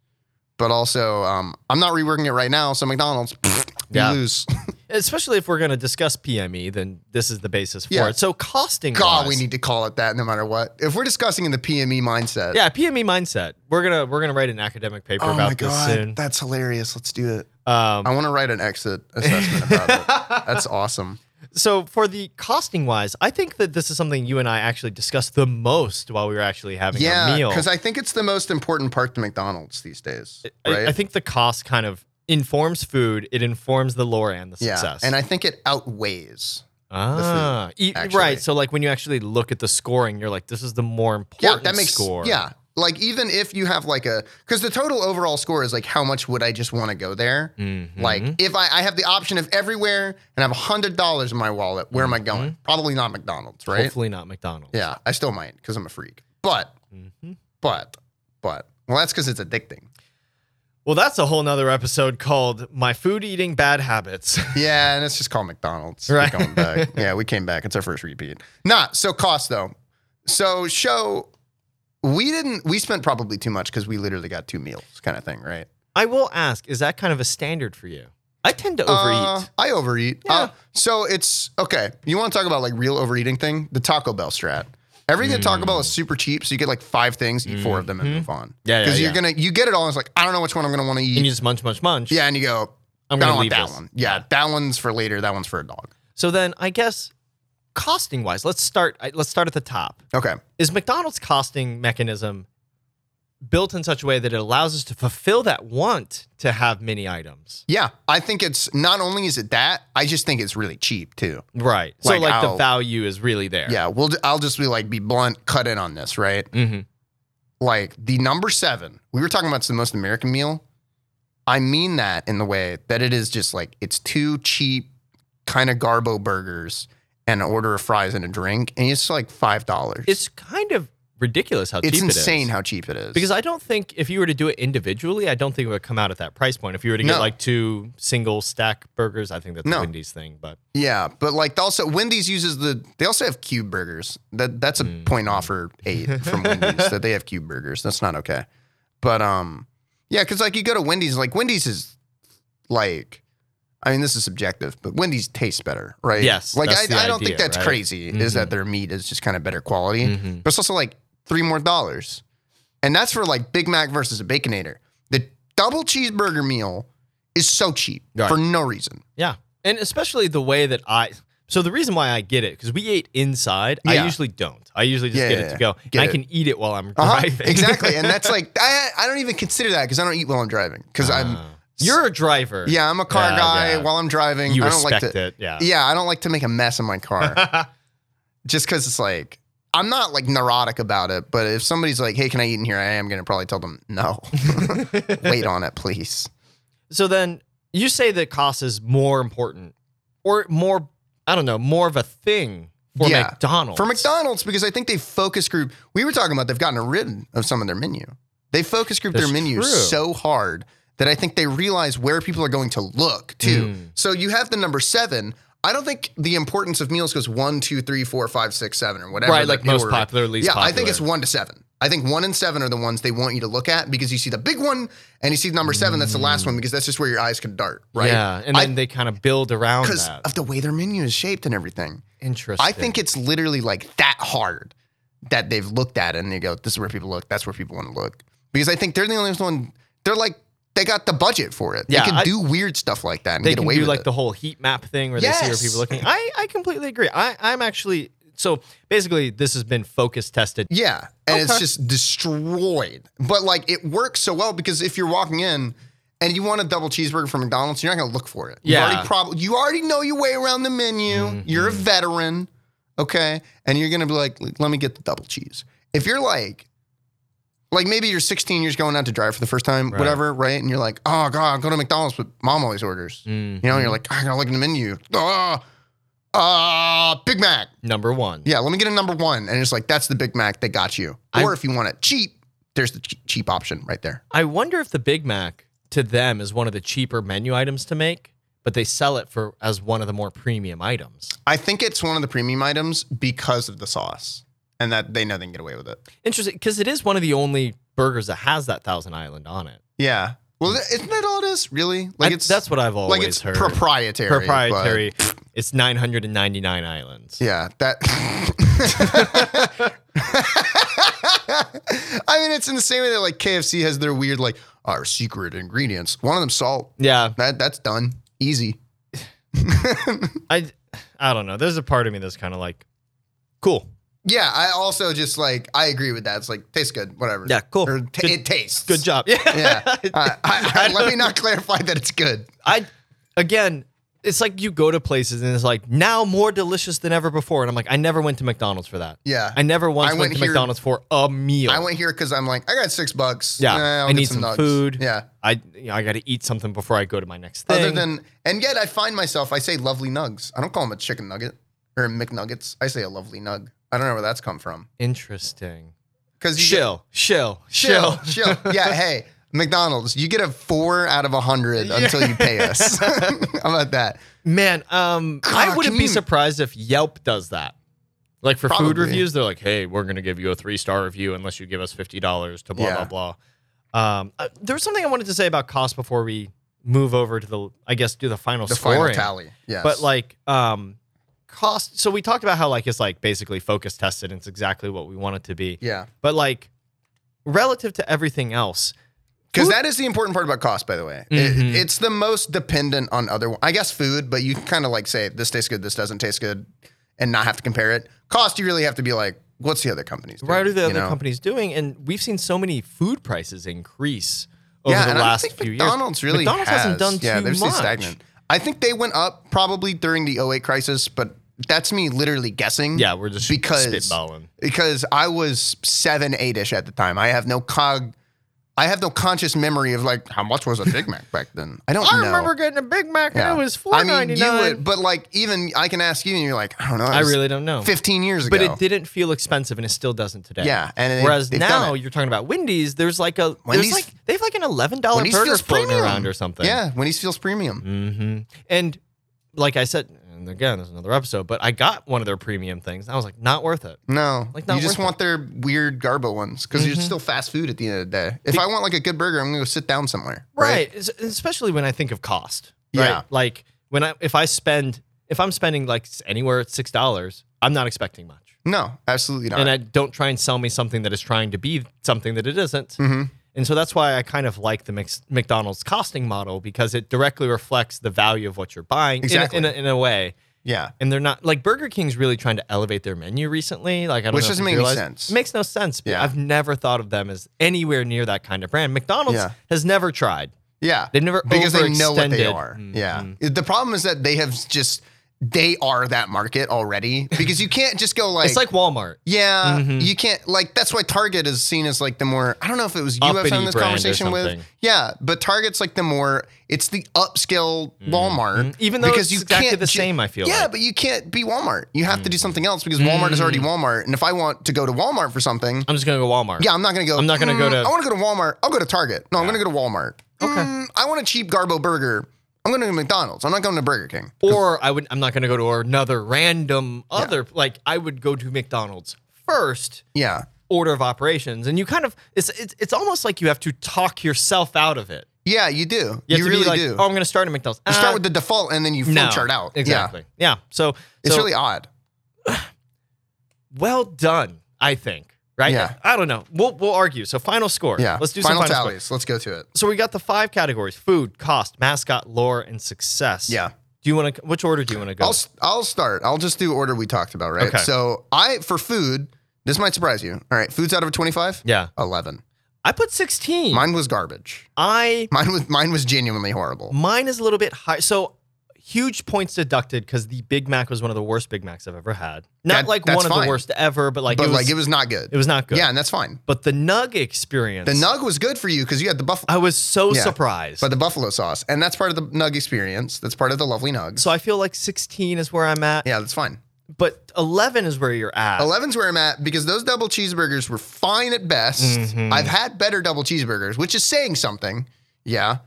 S1: But also, um, I'm not reworking it right now. So McDonald's, you
S2: Yeah.
S1: lose.
S2: especially if we're going to discuss PME, then this is the basis for
S1: Yeah.
S2: it. So costing.
S1: God,
S2: wise-
S1: we need to call it that no matter what. If we're discussing in the PME mindset,
S2: Yeah, PME mindset. We're gonna we're gonna write an academic paper
S1: Oh my
S2: about this
S1: god,
S2: soon.
S1: that's hilarious. Let's do it. I
S2: Um,
S1: want to write an exit assessment about it. That's awesome.
S2: so for the costing wise, I think that this is something you and I actually discussed the most while we were actually having our
S1: Yeah,
S2: meal.
S1: because I think it's the most important part to McDonald's these days,
S2: I-
S1: right?
S2: I, think the cost kind of informs food. It informs the lore and the
S1: yeah,
S2: success.
S1: and I think it outweighs.
S2: ah, e-
S1: actually.
S2: right. So like when you actually look at the scoring, you're like, this is the more
S1: Yeah,
S2: important
S1: that makes
S2: score.
S1: Yeah, like even if you have like a because the total overall score is like how much would I just want to go there?
S2: Mhm.
S1: Like if I, I have the option of everywhere and I have hundred dollars in my wallet, where am I going? Probably not McDonald's, right?
S2: Mm-hmm. hopefully not McDonald's.
S1: Yeah, I still might because I'm a freak. But
S2: Mhm.
S1: but but well, that's because it's addicting.
S2: Well, that's a whole nother episode called "My Food Eating Bad Habits."
S1: Yeah, and it's just called McDonald's.
S2: Right.
S1: We're going back. yeah, we came back. It's our first repeat. Not so cost though. So show we didn't we spent probably too much because we literally got two meals kind of thing, right?
S2: I will ask, is that kind of a standard for you? I tend to
S1: Uh,
S2: overeat.
S1: I overeat.
S2: Yeah.
S1: Uh, so it's okay. You want to talk about like real overeating thing? The Taco Bell strat. Everything at Taco Bell is super cheap, so you get like five things, eat four of them, and move on.
S2: Mm. Mm-hmm. Yeah, yeah,
S1: Because
S2: yeah.
S1: you're gonna you get it all. And it's like I don't know which one I'm gonna want to eat.
S2: and you just munch, munch, munch.
S1: yeah, and you go.
S2: I'm
S1: I
S2: gonna
S1: don't want
S2: leave
S1: that
S2: this.
S1: one. Yeah, that one's for later. That one's for a dog.
S2: So then, I guess costing wise, let's start. I- Let's start at the top.
S1: Okay.
S2: Is McDonald's costing mechanism built in such a way that it allows us to fulfill that want to have many items?
S1: Yeah, I think it's not only is it that, I just think it's really cheap too.
S2: Right. So
S1: Like,
S2: like the
S1: I'll-
S2: value is really there.
S1: Yeah, we'll ju- I'll just be like be blunt, cut in on this, right?
S2: hmm
S1: Like the number 7. We were talking about it's the most American meal. I mean that in the way that it is just like it's two cheap kind of garbo burgers and an order of fries and a drink and it's like $5.
S2: It's kind of ridiculous how
S1: It's
S2: cheap
S1: insane
S2: it is.
S1: how cheap it is.
S2: Because I don't think if you were to do it individually, I don't think it would come out at that price point. If you were to get
S1: No.
S2: like two single stack burgers, I think that's
S1: No.
S2: a Wendy's thing. But
S1: yeah, but like also Wendy's uses the they also have cube burgers. That that's a
S2: Mm.
S1: point offer 8 from Wendy's that they have cube burgers. That's not okay. But um, yeah, because like you go to Wendy's, like Wendy's is like, I mean, this is subjective, but Wendy's tastes better, right?
S2: Yes,
S1: Like
S2: that's
S1: I,
S2: the
S1: I don't think
S2: idea,
S1: that's
S2: right? Mm-hmm. Mm.
S1: crazy. Is that their meat is just kind of better quality, but it's also like three more dollars, and that's for like Big Mac versus a Baconator. The double cheeseburger meal is so cheap
S2: Right.
S1: for no reason.
S2: Yeah. And especially the way that I so the reason why I get it because we ate inside.
S1: Yeah.
S2: I usually don't. I usually just
S1: Yeah,
S2: get
S1: yeah,
S2: it
S1: yeah.
S2: to go.
S1: Get
S2: and I
S1: it.
S2: can eat it while I'm
S1: Uh-huh.
S2: driving.
S1: exactly, and that's like I, I don't even consider that because I don't eat while I'm driving because I'm
S2: Uh, you're a driver.
S1: yeah I'm a car
S2: Yeah,
S1: guy
S2: yeah.
S1: while I'm driving.
S2: You
S1: I don't like
S2: respect
S1: to
S2: it. Yeah.
S1: yeah I don't like to make a mess in my car. just because it's like I'm not like neurotic about it, but if somebody's like, "Hey, can I eat in here?" I am gonna probably tell them no. Wait on it, please.
S2: So then you say that cost is more important or more, I don't know, more of a thing for
S1: Yeah.
S2: McDonald's.
S1: For McDonald's, because I think they focus group. We were talking about they've gotten rid of some of their menu. They focus group their
S2: That's
S1: menu
S2: true.
S1: so hard that I think they realize where people are going to look too.
S2: Mm.
S1: So you have the number seven. I don't think the importance of meals goes one, two, three, four, five, six, seven, or whatever.
S2: Right,
S1: that
S2: like most
S1: order.
S2: popular, least
S1: yeah, I
S2: popular.
S1: think it's one to seven. I think one and seven are the ones they want you to look at because you see the big one and you see the number seven. That's the last one because that's just where your eyes can dart, right?
S2: Mm. Yeah, and
S1: I-
S2: then they kind of build around
S1: Because
S2: that.
S1: of the way their menu is shaped and everything.
S2: Interesting.
S1: I think it's literally like that hard that they've looked at it and they go, this is where people look. That's where people want to look. Because I think they're the only one, they're like, they got the budget for it.
S2: Yeah,
S1: they can
S2: I-
S1: do weird stuff like that and
S2: they
S1: get
S2: can
S1: away
S2: do
S1: with
S2: like
S1: it.
S2: the whole heat map thing where they see where
S1: Yes.
S2: people are looking. I, I completely agree. I, I'm actually so basically this has been focus tested.
S1: yeah. And it's
S2: Okay.
S1: just destroyed. But like it works so well because if you're walking in and you want a double cheeseburger from McDonald's, you're not going to look for it.
S2: Yeah. Mm-hmm.
S1: You already, prob- you already know your way around the menu. You're a veteran. Okay. And you're going to be like, let me get the double cheese. If you're like, like maybe you're 16 years going out to drive for the first time,
S2: Right.
S1: whatever, right? And you're like, oh god, I'll go to McDonald's, but mom always orders. You
S2: Mm,
S1: know, and you're like, I gotta look in the menu. Ah, ah, Big Mac.
S2: number one.
S1: Yeah, let me get a number one, and it's like that's the Big Mac. They got you.
S2: I-
S1: or if you want it cheap, there's the che- cheap option right there.
S2: I wonder if the Big Mac to them is one of the cheaper menu items to make, but they sell it for as one of the more premium items.
S1: I think it's one of the premium items because of the sauce, and that they know they can get away with it.
S2: Interesting, because it is one of the only burgers that has that Thousand Island on it.
S1: Yeah. Well, th- isn't that all it is? Really? Like
S2: I-
S1: it's
S2: that's what I've always
S1: like it's
S2: heard.
S1: proprietary. but-
S2: Proprietary. It's 999 islands.
S1: Yeah, that. I mean, it's in the same way that like KFC has their weird like our secret ingredients. One of them salt.
S2: Yeah,
S1: That that's done easy.
S2: I, I don't know. There's a part of me that's kind of like, cool.
S1: Yeah, I also just like I agree with that. It's like tastes good, whatever.
S2: Yeah, cool.
S1: Or ta
S2: Good-
S1: it tastes
S2: Good job. Yeah.
S1: Yeah. Uh, I, I,
S2: I
S1: let me not clarify that it's good.
S2: I again, it's like you go to places and it's like now more delicious than ever before, and I'm like, I never went to McDonald's for that.
S1: Yeah.
S2: I never once
S1: I
S2: went,
S1: went
S2: to
S1: here-
S2: McDonald's for a meal.
S1: I went here because I'm like I got six bucks.
S2: Yeah,
S1: Eh, I'll
S2: I
S1: get
S2: need some
S1: nugs.
S2: food.
S1: Yeah.
S2: I you know, I got to eat something before I go to my next thing.
S1: Other than, and yet I find myself, I say lovely nugs. I don't call them a chicken nugget or a McNuggets. I say a lovely nug. I don't know where that's come from.
S2: interesting.
S1: Because
S2: Chill, chill,
S1: chill,
S2: chill.
S1: chill. Yeah, hey, McDonald's, you get a four out of a hundred until you pay us. How about that?
S2: Man, um, I
S1: God,
S2: wouldn't
S1: can
S2: be
S1: you-
S2: surprised if Yelp does that. Like for food
S1: Probably.
S2: reviews, they're like, "Hey, we're gonna give you a three star review unless you give us fifty dollars to blah
S1: Yeah.
S2: blah blah." Um, uh, there was something I wanted to say about cost before we move over to the, I guess, do the final
S1: The final
S2: scoring.
S1: tally. Yes.
S2: But like, um, cost. So we talked about how like it's like basically focus tested and it's exactly what we want it to be.
S1: yeah.
S2: But like, relative to everything else,
S1: Because
S2: Food-
S1: that is the important part about cost, by the way. It-
S2: Mhm.
S1: it's the most dependent on other, I guess, food, but you can kind of like say, this tastes good, this doesn't taste good, and not have to compare it. Cost, you really have to be like, what's the other companies?
S2: what are
S1: doing,
S2: the
S1: you
S2: other
S1: know?
S2: companies doing? And we've seen so many food prices increase over the
S1: I don't
S2: last
S1: think
S2: few
S1: McDonald's
S2: years.
S1: really
S2: McDonald's
S1: has.
S2: hasn't done
S1: yeah,
S2: too
S1: they're
S2: much.
S1: still stagnant. I think they went up probably during the 08 crisis, but that's me literally guessing.
S2: Yeah, we're just
S1: Because-
S2: spitballing.
S1: because I was seven, eight ish at the time. I have no cog, I have no conscious memory of like how much was a Big Mac back then. I don't. know.
S2: getting a Big Mac
S1: Yeah.
S2: $4.99.
S1: I mean, you would, but like even I can ask you, and you're like, I don't know. it
S2: I
S1: was
S2: really don't know.
S1: 15 years ago.
S2: but it didn't feel expensive, and it still doesn't today.
S1: Yeah, and they-
S2: Whereas
S1: they've done
S2: now
S1: it.
S2: you're talking about Wendy's. There's like a
S1: Wendy's-
S2: there's like they have like an eleven dollar
S1: Wendy's
S2: burger
S1: feels
S2: floating
S1: premium.
S2: around or something.
S1: Yeah, Wendy's feels premium.
S2: hmm And like I said, and again, there's another episode, but I got one of their premium things. I was like, not worth it. Mm-hmm.
S1: No,
S2: Like, not
S1: you just
S2: worth
S1: want their weird garbo ones because you're still fast food at the end of the day. If I want like a good burger, I'm gonna go sit down somewhere. Right.
S2: right, Es- especially when i think of cost right?
S1: Yeah.
S2: like when i if i spend if i'm spending like s- anywhere at six dollars i'm not expecting much
S1: No, absolutely not.
S2: and i don't try and sell me something that is trying to be something that it isn't.
S1: Mm-hmm.
S2: and so that's why i kind of like the mix, mcdonald's costing model because it directly reflects the value of what you're buying in a-
S1: Exactly.
S2: in, a, in, a, way
S1: yeah.
S2: and they're not like Burger King's really trying to elevate their menu recently. Like I don't
S1: Which
S2: know if
S1: doesn't
S2: you
S1: make any
S2: realize-
S1: sense.
S2: It makes no sense. but
S1: Yeah.
S2: I've never thought of them as anywhere near that kind of brand. McDonald's
S1: Yeah.
S2: has never tried.
S1: Yeah.
S2: They've never
S1: because they know what they
S2: overextended. Mm-hmm.
S1: are. Yeah. The problem is that they have just they are that market already because you can't just go like,
S2: It's like Walmart.
S1: yeah,
S2: Mm-hmm.
S1: you can't like that's why Target is seen as like the more I don't know if it was you I
S2: Uppity
S1: found this
S2: brand or
S1: conversation with
S2: something.
S1: yeah, but Target's like the more it's the upscale Walmart
S2: Mm-hmm. Even though it's exactly the
S1: ju-
S2: same, I feel
S1: yeah,
S2: like. Mm.
S1: but you can't be Walmart. You have to do something else because Walmart is already Walmart, and if I want to go to Walmart for something,
S2: I'm just gonna go Walmart.
S1: yeah, I'm not gonna go.
S2: I'm not gonna go
S1: "Mm,
S2: to-
S1: I want to go to Walmart. I'll go to Target. No, I'm gonna go to Walmart. Okay. I want a cheap Garbo burger. I'm going to McDonald's. I'm not going to Burger King.
S2: Or I would. I'm not gonna go to another random other. Like I would go to McDonald's first.
S1: Yeah.
S2: Order of operations, and you kind of it's it's, it's almost like you have to talk yourself out of it.
S1: Yeah, you do.
S2: You,
S1: You,
S2: have to
S1: really
S2: be like,
S1: do.
S2: oh, I'm gonna start at McDonald's. Ah,
S1: you start with the default and then you flow chart out.
S2: Exactly.
S1: Yeah.
S2: Yeah. So
S1: It's
S2: so
S1: really odd.
S2: well done. I think. Right.
S1: Yeah.
S2: I don't know. We'll we'll argue. So final score.
S1: Yeah.
S2: Let's do
S1: final
S2: some final
S1: tallies. Let's go to it.
S2: Score. So we got the five categories: food, cost, mascot, lore, and success.
S1: Yeah.
S2: Do you want to? Which order do you want to go?
S1: I'll I'll start. I'll just do order we talked about, right?
S2: Okay.
S1: So I for food, this might surprise you. All right, food's out of a 25?
S2: yeah.
S1: 11.
S2: I put sixteen.
S1: Mine was garbage.
S2: I
S1: Mine was mine was genuinely horrible.
S2: mine is a little bit high. So huge points deducted because the Big Mac was one of the worst Big Macs I've ever had. Not
S1: That-
S2: like
S1: that's
S2: one of
S1: fine.
S2: the worst ever, but like
S1: But
S2: it was,
S1: like it was not good.
S2: it was not good.
S1: Yeah, and that's fine.
S2: But the nug experience.
S1: The nug was good for you cuz you had the buffalo
S2: I was so
S1: Yeah.
S2: surprised.
S1: but the buffalo sauce, and that's part of the nug experience. That's part of the lovely nugs.
S2: so I feel like 16 is where I'm at,
S1: Yeah, that's fine.
S2: but 11 is where you're at.
S1: 11's where I'm at because those double cheeseburgers were fine at best.
S2: Mhm.
S1: I've had better double cheeseburgers, which is saying something. Yeah.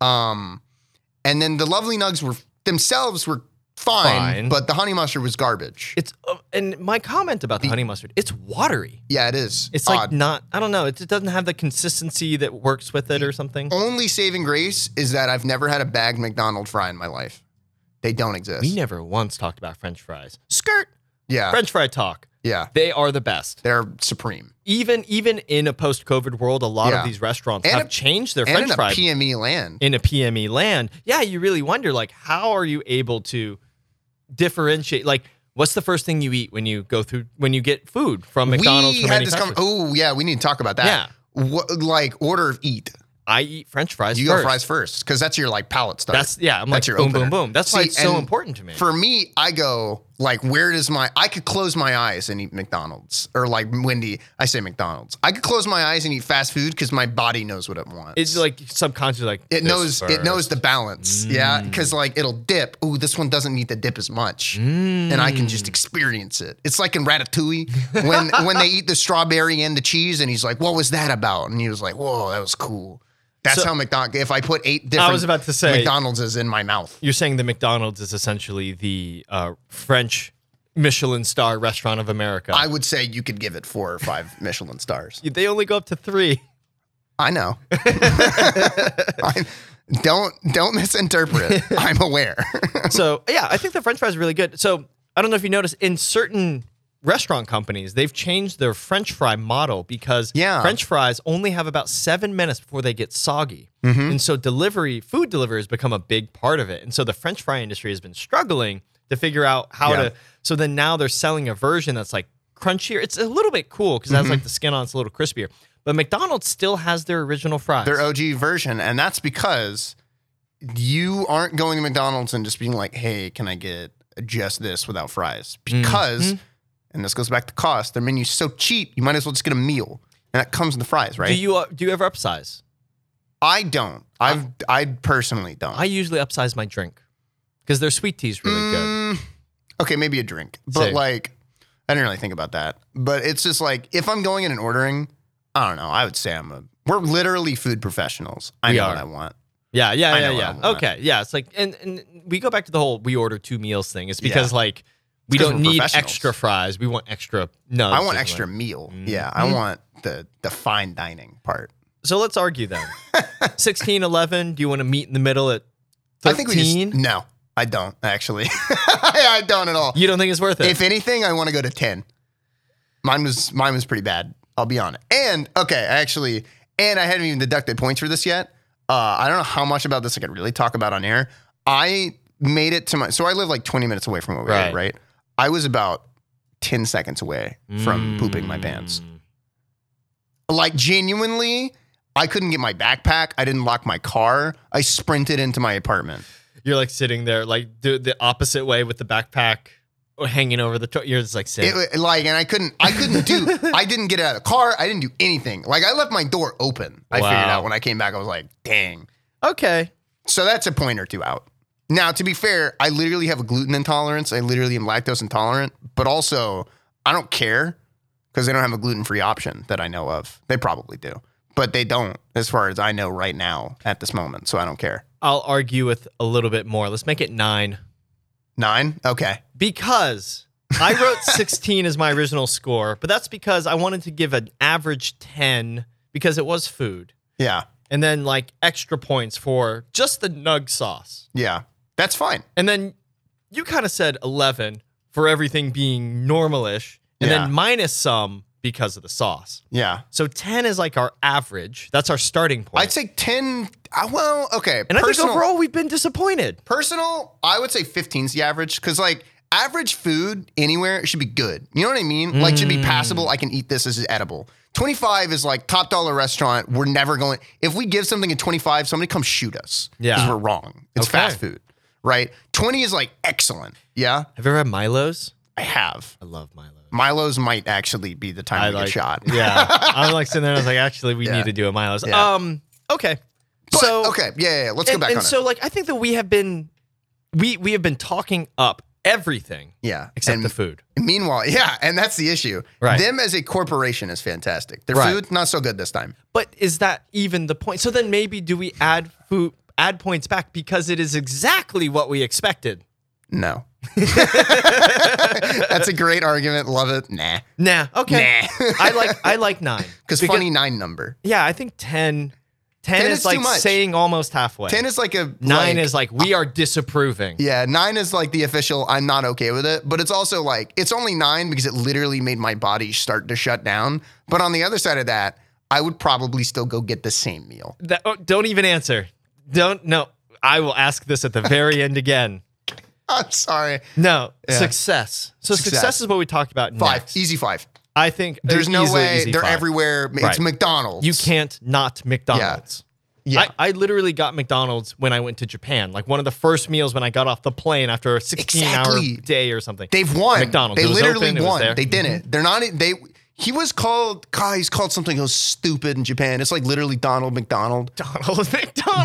S1: Um, and then the lovely nugs were themselves were fine,
S2: Fine.
S1: but the honey mustard was garbage.
S2: It's uh, and my comment about the honey mustard. It's watery.
S1: yeah, it is.
S2: It's like
S1: odd.
S2: not. I don't know. It just doesn't have the consistency that works with it or something.
S1: only saving grace is that I've never had a bagged McDonald's fry in my life. They don't exist.
S2: We never once talked about French fries. Skirt.
S1: yeah,
S2: French fry talk.
S1: yeah,
S2: They are the best.
S1: they're supreme.
S2: even even in a post-COVID world, a lot
S1: Yeah.
S2: of these restaurants
S1: And
S2: have
S1: a-
S2: changed their
S1: And
S2: French
S1: in a
S2: fry
S1: PME land,
S2: in a PME land. Yeah, you really wonder like how are you able to differentiate? Like, what's the first thing you eat when you go through when you get food from McDonald's?
S1: we
S2: from
S1: had
S2: any
S1: this. Con-
S2: country?
S1: oh yeah, we need to talk about that.
S2: Yeah.
S1: What, like order of eat.
S2: I eat French fries.
S1: You
S2: first.
S1: go fries first because that's your like palate start.
S2: That's yeah. I'm
S1: That's
S2: like
S1: your
S2: boom,
S1: opener.
S2: boom, boom. That's why
S1: See,
S2: it's so
S1: and
S2: important to me.
S1: for me. I go like, where does my? I could close my eyes and eat McDonald's or like Wendy. I say McDonald's. I could close my eyes and eat fast food because my body knows what it wants.
S2: it's like subconscious, like
S1: it
S2: this
S1: knows it
S2: first. Mm.
S1: knows the balance. Yeah, because like it'll dip. Ooh, this one doesn't need to dip as much, and I can
S2: Mm.
S1: just experience it. It's like in Ratatouille when when they eat the strawberry and the cheese, and he's like, "What was that about?" And he was like, "Whoa, that was cool." That's
S2: So-
S1: how McDonald's. If I put eight different
S2: was about to say-
S1: McDonald's is in my mouth.
S2: You're saying that McDonald's is essentially the uh, French Michelin star restaurant of America.
S1: I would say you could give it four or five Michelin stars.
S2: they only go up to three.
S1: I know. I, don't don't misinterpret. I'm aware.
S2: so yeah, I think the French fries are really good. So I don't know if you noticed in certain restaurant companies, they've changed their French fry model because
S1: Yeah.
S2: French fries only have about seven minutes before they get soggy.
S1: Mm-hmm.
S2: And so delivery, food delivery has become a big part of it. And so the French fry industry has been struggling to figure out how
S1: Yeah.
S2: to so then now they're selling a version that's like crunchier. It's a little bit cool because it
S1: Mm-hmm.
S2: has like the skin on, it's a little crispier. But McDonald's still has their original fries.
S1: Their OG version, and that's because you aren't going to McDonald's and just being like, "Hey, can I get just this without fries?"
S2: Mm-hmm.
S1: Because, and this goes back to cost. Their menu's so cheap, you might as well just get a meal, and that comes in the fries, right?
S2: do you uh, do you ever upsize?
S1: I don't. I've I personally don't.
S2: I usually upsize my drink because their sweet tea is really good.
S1: Mm, okay, maybe a drink, but
S2: Same.
S1: like, I didn't really think about that. But it's just like if I'm going in and ordering, I don't know. I would say I'm a. We're literally food professionals. I
S2: We
S1: know
S2: are.
S1: what I want.
S2: Yeah, yeah,
S1: I
S2: yeah,
S1: know what I
S2: yeah.
S1: want.
S2: Okay, yeah. It's like, and, and we go back to the whole we order two meals thing. It's because like we
S1: 'cause
S2: don't
S1: we're
S2: need
S1: professionals.
S2: extra fries. We want extra nugs.
S1: I want
S2: or
S1: extra
S2: something.
S1: meal.
S2: Mm-hmm.
S1: Yeah, I want the the fine dining part.
S2: So let's argue then. 16, 11, Do you want to meet in the middle at
S1: I think we just
S2: thirteen?
S1: no. I don't actually. I don't at all.
S2: You don't think it's worth it?
S1: If anything, I want to go to ten. Mine was mine was pretty bad. I'll be honest. And okay, I actually and I hadn't even deducted points for this yet. Uh, I don't know how much about this I could really talk about on air. I made it to my so I live like twenty minutes away from where we are,
S2: Right.
S1: right? I was about ten seconds away from pooping my pants.
S2: Mm.
S1: like genuinely i couldn't get my backpack i didn't lock my car i sprinted into my apartment
S2: You're like sitting there, like the, the opposite way with the backpack hanging over the. To- you're just like sitting.
S1: It, wa- like, and I couldn't, I couldn't do, I didn't get out of the car. I didn't do anything. Like, I left my door open. I figured
S2: Wow.
S1: out when I came back, I was like, dang.
S2: okay.
S1: So that's a point or two out. Now, to be fair, I literally have a gluten intolerance. I literally am lactose intolerant, but also I don't care because they don't have a gluten free option that I know of. They probably do, but they don't as far as I know right now at this moment. So I don't care.
S2: I'll argue with a little bit more. Let's make it nine
S1: Nine? Okay.
S2: because I wrote 16 as my original score, but that's because I wanted to give an average 10 because it was food.
S1: Yeah.
S2: And then like extra points for just the nug sauce.
S1: Yeah. That's fine.
S2: And then you kind of said 11 for everything being normalish and
S1: Yeah.
S2: then minus some because of the sauce.
S1: Yeah.
S2: So 10 is like our average. That's our starting point.
S1: I'd say 10. I, well, okay.
S2: and I
S1: Personal-
S2: think overall we've been disappointed.
S1: personal, I would say 15's the average because like average food anywhere should be good. You know what I mean? Like should be passable. I can eat this. This is edible. 25 is like top dollar restaurant. We're never going. If we give something a 25, somebody come shoot us. 'Cause
S2: Yeah.
S1: we're wrong. It's
S2: Okay.
S1: fast food, right? 20 is like excellent. Yeah,
S2: Have you ever had Milo's?
S1: I have.
S2: I love Milo's.
S1: Milo's might actually be the time
S2: I
S1: to get
S2: like
S1: shot.
S2: yeah. I'm like sitting there and I was like, actually, we
S1: Yeah.
S2: need to do a Milo's.
S1: Yeah.
S2: Um, okay.
S1: But,
S2: so
S1: okay, yeah, yeah, yeah. let's
S2: and,
S1: go back
S2: and
S1: on
S2: so like I think that we have been we we have been talking up everything
S1: it. Yeah,
S2: except
S1: And
S2: the food.
S1: meanwhile, yeah, and that's the issue.
S2: Right.
S1: Them as a corporation is fantastic. Their
S2: Right.
S1: food not so good this time.
S2: But is that even the point? So then maybe do we add food add points back because it is exactly what we expected?
S1: No. That's a great argument. Love it. Nah.
S2: Nah. Okay.
S1: Nah.
S2: I like I like nine.
S1: Because funny nine number.
S2: Yeah, I think 10, 10,
S1: 10
S2: is,
S1: is too
S2: like
S1: much.
S2: saying almost halfway.
S1: Ten is like a
S2: nine
S1: like-
S2: is like we are disapproving.
S1: yeah. Nine is like the official. I'm not okay with it, but it's also like it's only nine because it literally made my body start to shut down. But on the other side of that, I would probably still go get the same meal.
S2: That, oh, don't even answer. Don't no. I will ask this at the very end again.
S1: I'm sorry.
S2: No success. So success.
S1: Success.
S2: is what we talked about.
S1: Five.
S2: next.
S1: Easy five.
S2: I think
S1: There's no
S2: easily
S1: way
S2: easy
S1: they're
S2: five.
S1: everywhere. It's
S2: Right.
S1: McDonald's.
S2: You can't not McDonald's.
S1: Yeah.
S2: I, I literally got McDonald's when I went to Japan. Like one of the first meals when I got off the plane after a 16
S1: Exactly.
S2: hour day or something.
S1: They've won.
S2: McDonald's.
S1: They
S2: It was
S1: literally
S2: open, it was
S1: won.
S2: there. Mm-hmm.
S1: They didn't. They're not. They. He was called. God, he's called something so stupid in Japan. It's like literally Donald McDonald.
S2: Donald McDonald.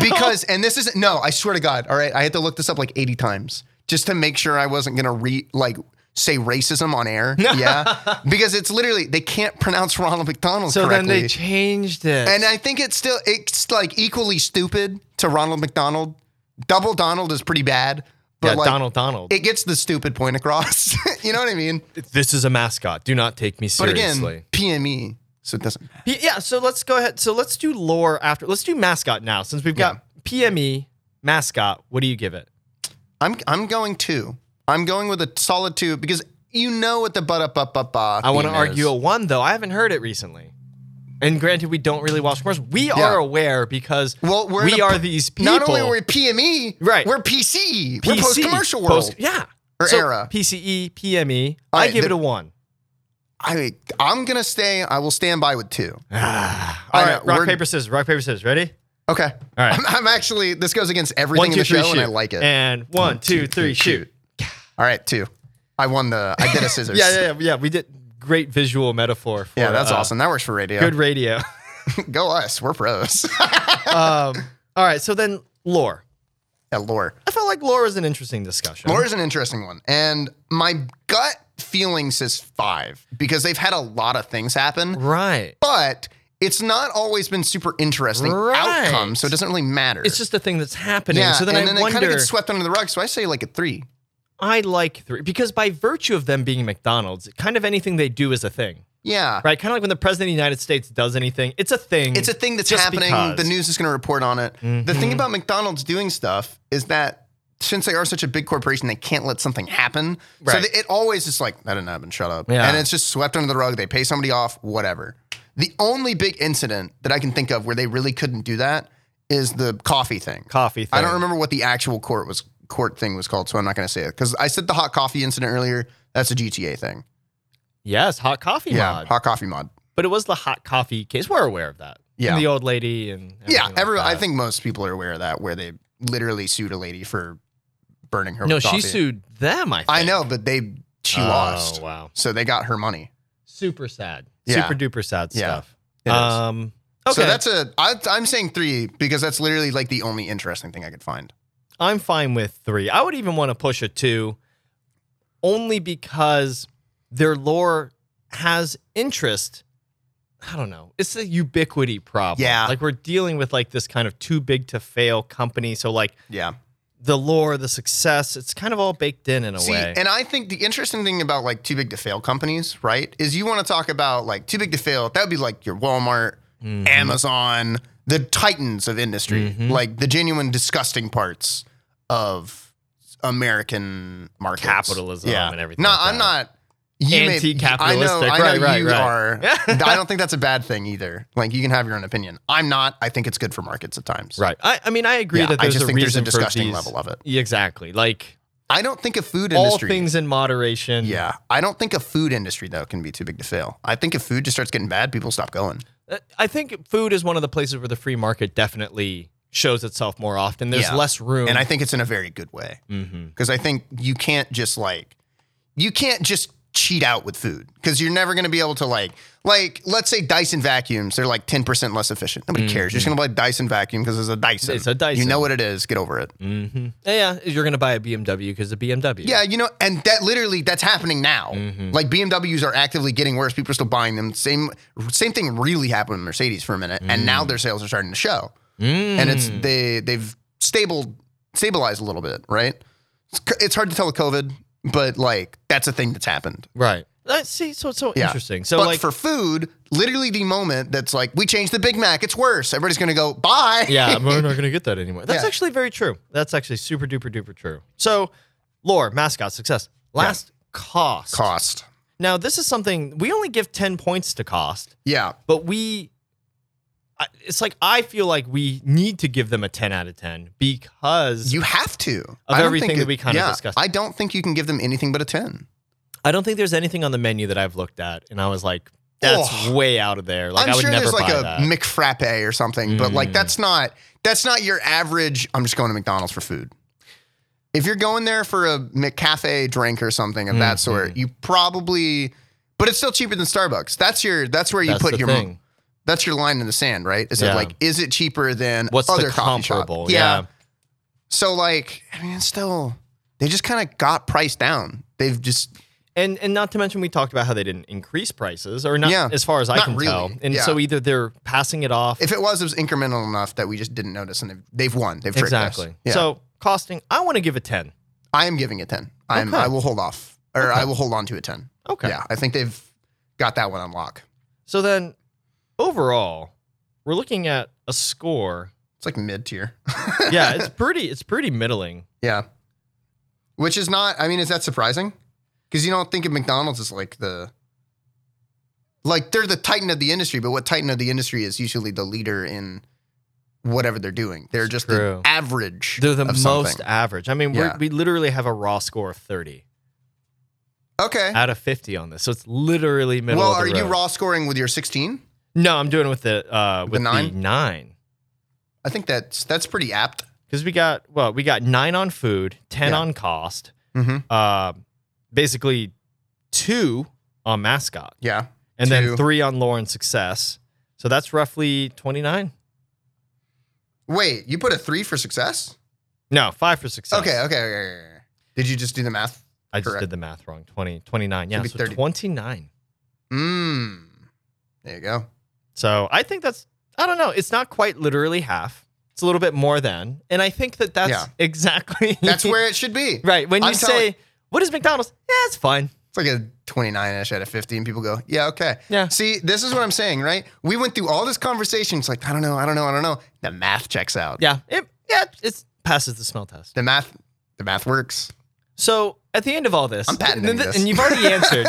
S1: Because and this isn't. No, I swear to God. All right, I had to look this up like eighty times just to make sure I wasn't gonna re like say racism on air. Yeah, because it's literally they can't pronounce Ronald McDonald
S2: so
S1: correctly.
S2: then they changed it.
S1: and I think it's still it's like equally stupid to Ronald McDonald. Double Donald is pretty bad, but
S2: yeah,
S1: like
S2: Donald Donald.
S1: it gets the stupid point across. you know what I mean?
S2: this is a mascot. Do not take me
S1: But
S2: seriously.
S1: again, PME, so it doesn't. matter.
S2: P- Yeah, so let's go ahead. So let's do lore after. Let's do mascot now since we've got PME mascot. What do you give it?
S1: I'm I'm going two. I'm going with a solid two because you know what the butt up up up up.
S2: I want to argue a one though. I haven't heard it recently. And granted, we don't really watch commercials. We are aware because
S1: Well, we're in
S2: we
S1: a-
S2: are these people.
S1: Not only are we PME,
S2: Right.
S1: E, We're PC. we're post commercial world.
S2: post- yeah.
S1: Or
S2: So, E,
S1: era.
S2: PCE, PME.
S1: All
S2: I
S1: right,
S2: give
S1: the-
S2: it a one.
S1: I I'm gonna stay. I will stand by with two.
S2: All
S1: I
S2: right,
S1: know,
S2: rock
S1: we're-
S2: paper scissors. Rock paper scissors. Ready?
S1: Okay. All
S2: right.
S1: I'm, I'm actually. This goes against everything
S2: One,
S1: in
S2: two,
S1: the
S2: three,
S1: show,
S2: shoot.
S1: and I like it.
S2: And one, two, three, shoot.
S1: All right, two. I won the. I did a scissors.
S2: Yeah, yeah, yeah, yeah. We did great visual metaphor. For,
S1: Yeah, that's
S2: uh,
S1: awesome. That works for radio.
S2: Good radio.
S1: Go us. We're pros.
S2: um, all right, so then lore.
S1: yeah, lore.
S2: I felt like lore was an interesting discussion.
S1: Lore is an interesting one. And my gut feeling says five because they've had a lot of things happen,
S2: right?
S1: but it's not always been super interesting
S2: Right.
S1: outcomes. So it doesn't really matter.
S2: It's just a thing that's happening.
S1: yeah.
S2: so then
S1: and
S2: I
S1: then it kind
S2: wonder.
S1: of gets swept under the rug. So I say like a three.
S2: I like three because by virtue of them being McDonald's, kind of anything they do is a thing,
S1: Yeah.
S2: right? Kind of like when the president of the United States does anything, it's a thing.
S1: It's a thing that's
S2: Just
S1: happening.
S2: because. Mm-hmm.
S1: The news is going to report on it. The thing about McDonald's doing stuff is that since they are such a big corporation, they can't let something happen. So
S2: Right.
S1: th- it always is like, that didn't happen, shut up.
S2: Yeah.
S1: And it's just swept under the rug. They pay somebody off, whatever. The only big incident that I can think of where they really couldn't do that is the coffee thing.
S2: coffee. Thing.
S1: I don't remember what the actual court was court thing was called, so I'm not going to say it because I said the hot coffee incident earlier. That's a GTA thing.
S2: Yes, hot coffee mod.
S1: hot coffee mod.
S2: but it was the hot coffee case. We're aware of that.
S1: Yeah.
S2: And the old lady and
S1: Yeah,
S2: everything like
S1: every, I
S2: that.
S1: think most people are aware of that, where they literally sued a lady for burning her.
S2: No,
S1: with
S2: she
S1: coffee.
S2: sued them. I think.
S1: I know, but they she
S2: oh,
S1: lost,
S2: Wow.
S1: so they got her money.
S2: Super sad.
S1: Yeah.
S2: Super duper sad
S1: Yeah.
S2: stuff.
S1: It is.
S2: Um. Okay.
S1: So that's a. I, I'm saying three because that's literally like the only interesting thing I could find.
S2: I'm fine with three. I would even want to push a two, only because their lore has interest. I don't know. It's a ubiquity problem.
S1: Yeah.
S2: Like we're dealing with like this kind of too big to fail company. So like
S1: Yeah.
S2: the lore, the success, it's kind of all baked in in a
S1: See,
S2: way.
S1: and I think the interesting thing about like too big to fail companies, right, is you want to talk about like too big to fail. That would be like your Walmart,
S2: Mhm.
S1: Amazon, the titans of industry,
S2: Mhm.
S1: like the genuine disgusting parts of American markets,
S2: Capitalism and everything
S1: No,
S2: like
S1: I'm
S2: that.
S1: not. You may-
S2: Anti-capitalistic.
S1: I know, I know
S2: Right,
S1: you
S2: right, right.
S1: are. I don't think that's a bad thing either. Like you can have your own opinion. I'm not. I think it's good for markets at times.
S2: right. I, I mean, I agree
S1: Yeah,
S2: that
S1: I
S2: there's
S1: just
S2: a
S1: think there's a
S2: reason for
S1: disgusting
S2: these-
S1: level of it.
S2: Yeah, Exactly. Like
S1: I don't think a food
S2: all
S1: industry.
S2: things in moderation.
S1: Yeah, I don't think a food industry though can be too big to fail. I think if food just starts getting bad, people stop going.
S2: Uh, I think food is one of the places where the free market definitely shows itself more often. There's
S1: Yeah.
S2: less room.
S1: And I think it's in a very good way
S2: Mhm.
S1: because I think you can't just like you can't just cheat out with food because you're never going to be able to like like let's say Dyson vacuums they're like 10% less efficient. Nobody cares. You're just going to buy a Dyson vacuum because it's a Dyson.
S2: Mm-hmm. It's a Dyson.
S1: You know what it is. Get over it.
S2: Mhm. Yeah, you're gonna buy a BMW because a BMW.
S1: Yeah, you know, and that literally that's happening now.
S2: Mm-hmm.
S1: Like BMWs are actively getting worse. People are still buying them. Same same thing really happened with Mercedes for a minute, and
S2: Mm.
S1: now their sales are starting to show. And it's they they've stable stabilized a little bit, right? It's, c- it's hard to tell with COVID, but like that's a thing that's happened.
S2: right. Let's see. So it's so
S1: Yeah.
S2: interesting. So
S1: but
S2: like,
S1: for food, literally the moment that's like we changed the Big Mac, it's worse. Everybody's gonna go bye.
S2: yeah, we're not gonna get that anymore. That's
S1: Yeah.
S2: actually very true. That's actually super duper duper true. So, lore, mascot, success, last cost.
S1: Cost.
S2: Now this is something we only give ten points to cost,
S1: Yeah.
S2: but we. I- It's like I feel like we need to give them a ten out of ten because
S1: You have to. Of
S2: everything that we kinda
S1: yeah,
S2: discussed.
S1: I don't think you can give them anything but a 10.
S2: I don't think there's anything on the menu that I've looked at, and I was like, that's
S1: Oh.
S2: way out of there. Like
S1: I'm
S2: I would
S1: sure
S2: never
S1: there's like
S2: buy
S1: a
S2: that. Hmm.
S1: McFrappe or something, but like that's not that's not your average. I'm just going to McDonald's for food. If you're going there for a McCafe drink or something of that
S2: Hmm.
S1: sort, you probably, but it's still cheaper than Starbucks. That's your that's where you
S2: That's
S1: put
S2: the
S1: your
S2: thing.
S1: that's your line in the sand, right? Is
S2: Yeah.
S1: it like is it cheaper than
S2: What's
S1: other
S2: the
S1: coffee shop?
S2: comparable? Yeah.
S1: So like, I mean, it's still they just kind of got priced down. They've just
S2: and and not to mention we talked about how they didn't increase prices or not
S1: Yeah.
S2: as far as I
S1: Not
S2: can tell.
S1: really.
S2: And
S1: Yeah.
S2: so either they're passing it off
S1: if it was it was incremental enough that we just didn't notice, and they've, they've won. They've tricked us.
S2: exactly.
S1: Yeah.
S2: So costing, I want to give a ten.
S1: I am giving it 10. I'm,
S2: Okay.
S1: I will hold off or I will hold on to a 10.
S2: Okay.
S1: Yeah. I think they've got that one on lock.
S2: So then overall, we're looking at a score.
S1: It's like mid tier.
S2: Yeah, it's pretty. It's pretty middling.
S1: yeah. Which is not, I mean, is that surprising? Because you don't think of McDonald's as like the, like they're the titan of the industry, but what titan of the industry is usually the leader in whatever they're doing. They're just
S2: True.
S1: the average.
S2: They're the
S1: of
S2: most
S1: something.
S2: average. I mean, we're,
S1: Yeah.
S2: we literally have a raw score of thirty
S1: Okay.
S2: out of fifty on this. So it's literally middle.
S1: Well,
S2: of the
S1: are you
S2: road.
S1: raw scoring with your 16?
S2: No, I'm doing it with the uh with the nine.
S1: nine? I think that's, that's pretty apt.
S2: Because we got well, we got nine on food, ten
S1: Yeah.
S2: on cost,
S1: Mm-hmm.
S2: uh basically two on mascot,
S1: Yeah.
S2: and
S1: Two.
S2: then three on lore and success. So that's roughly twenty nine.
S1: Wait, you put a three for success?
S2: No, five for success.
S1: Okay, okay, okay, okay, okay. Did you just do the math?
S2: I just
S1: correct.
S2: did the math wrong. 20, 29. Yeah,
S1: Should be
S2: so
S1: 30.
S2: 29.
S1: Mmm. There you go.
S2: So I think that's, I don't know. It's not quite literally half. It's a little bit more than. And I think that that's
S1: Yeah.
S2: exactly.
S1: That's where it should be.
S2: right. When you
S1: I'm telling-
S2: say, what is McDonald's? Yeah, it's fine.
S1: It's like a 29 ish out of 50, and people go, yeah, okay.
S2: Yeah.
S1: See, this is what I'm saying, right? We went through all this conversation. It's like, I don't know, I don't know, I don't know. The math checks out.
S2: Yeah. It, yeah. It passes the smell test.
S1: The math, the math works.
S2: So at the end of all this,
S1: I'm patenting
S2: and,
S1: this.
S2: and you've already answered.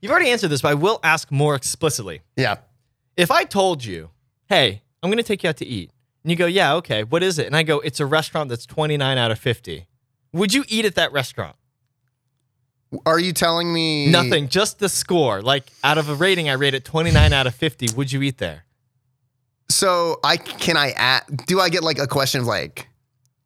S2: you've already answered this, but I will ask more explicitly.
S1: Yeah.
S2: If I told you, "Hey, I'm going to take you out to eat," and you go, "Yeah, okay, what is it?" and I go, "It's a restaurant that's 29 out of 50," would you eat at that restaurant?
S1: Are you telling me
S2: Nothing, just the score. Like out of a rating, I rate it 29 out of 50. Would you eat there?
S1: So I can I add? Do I get like a question of like,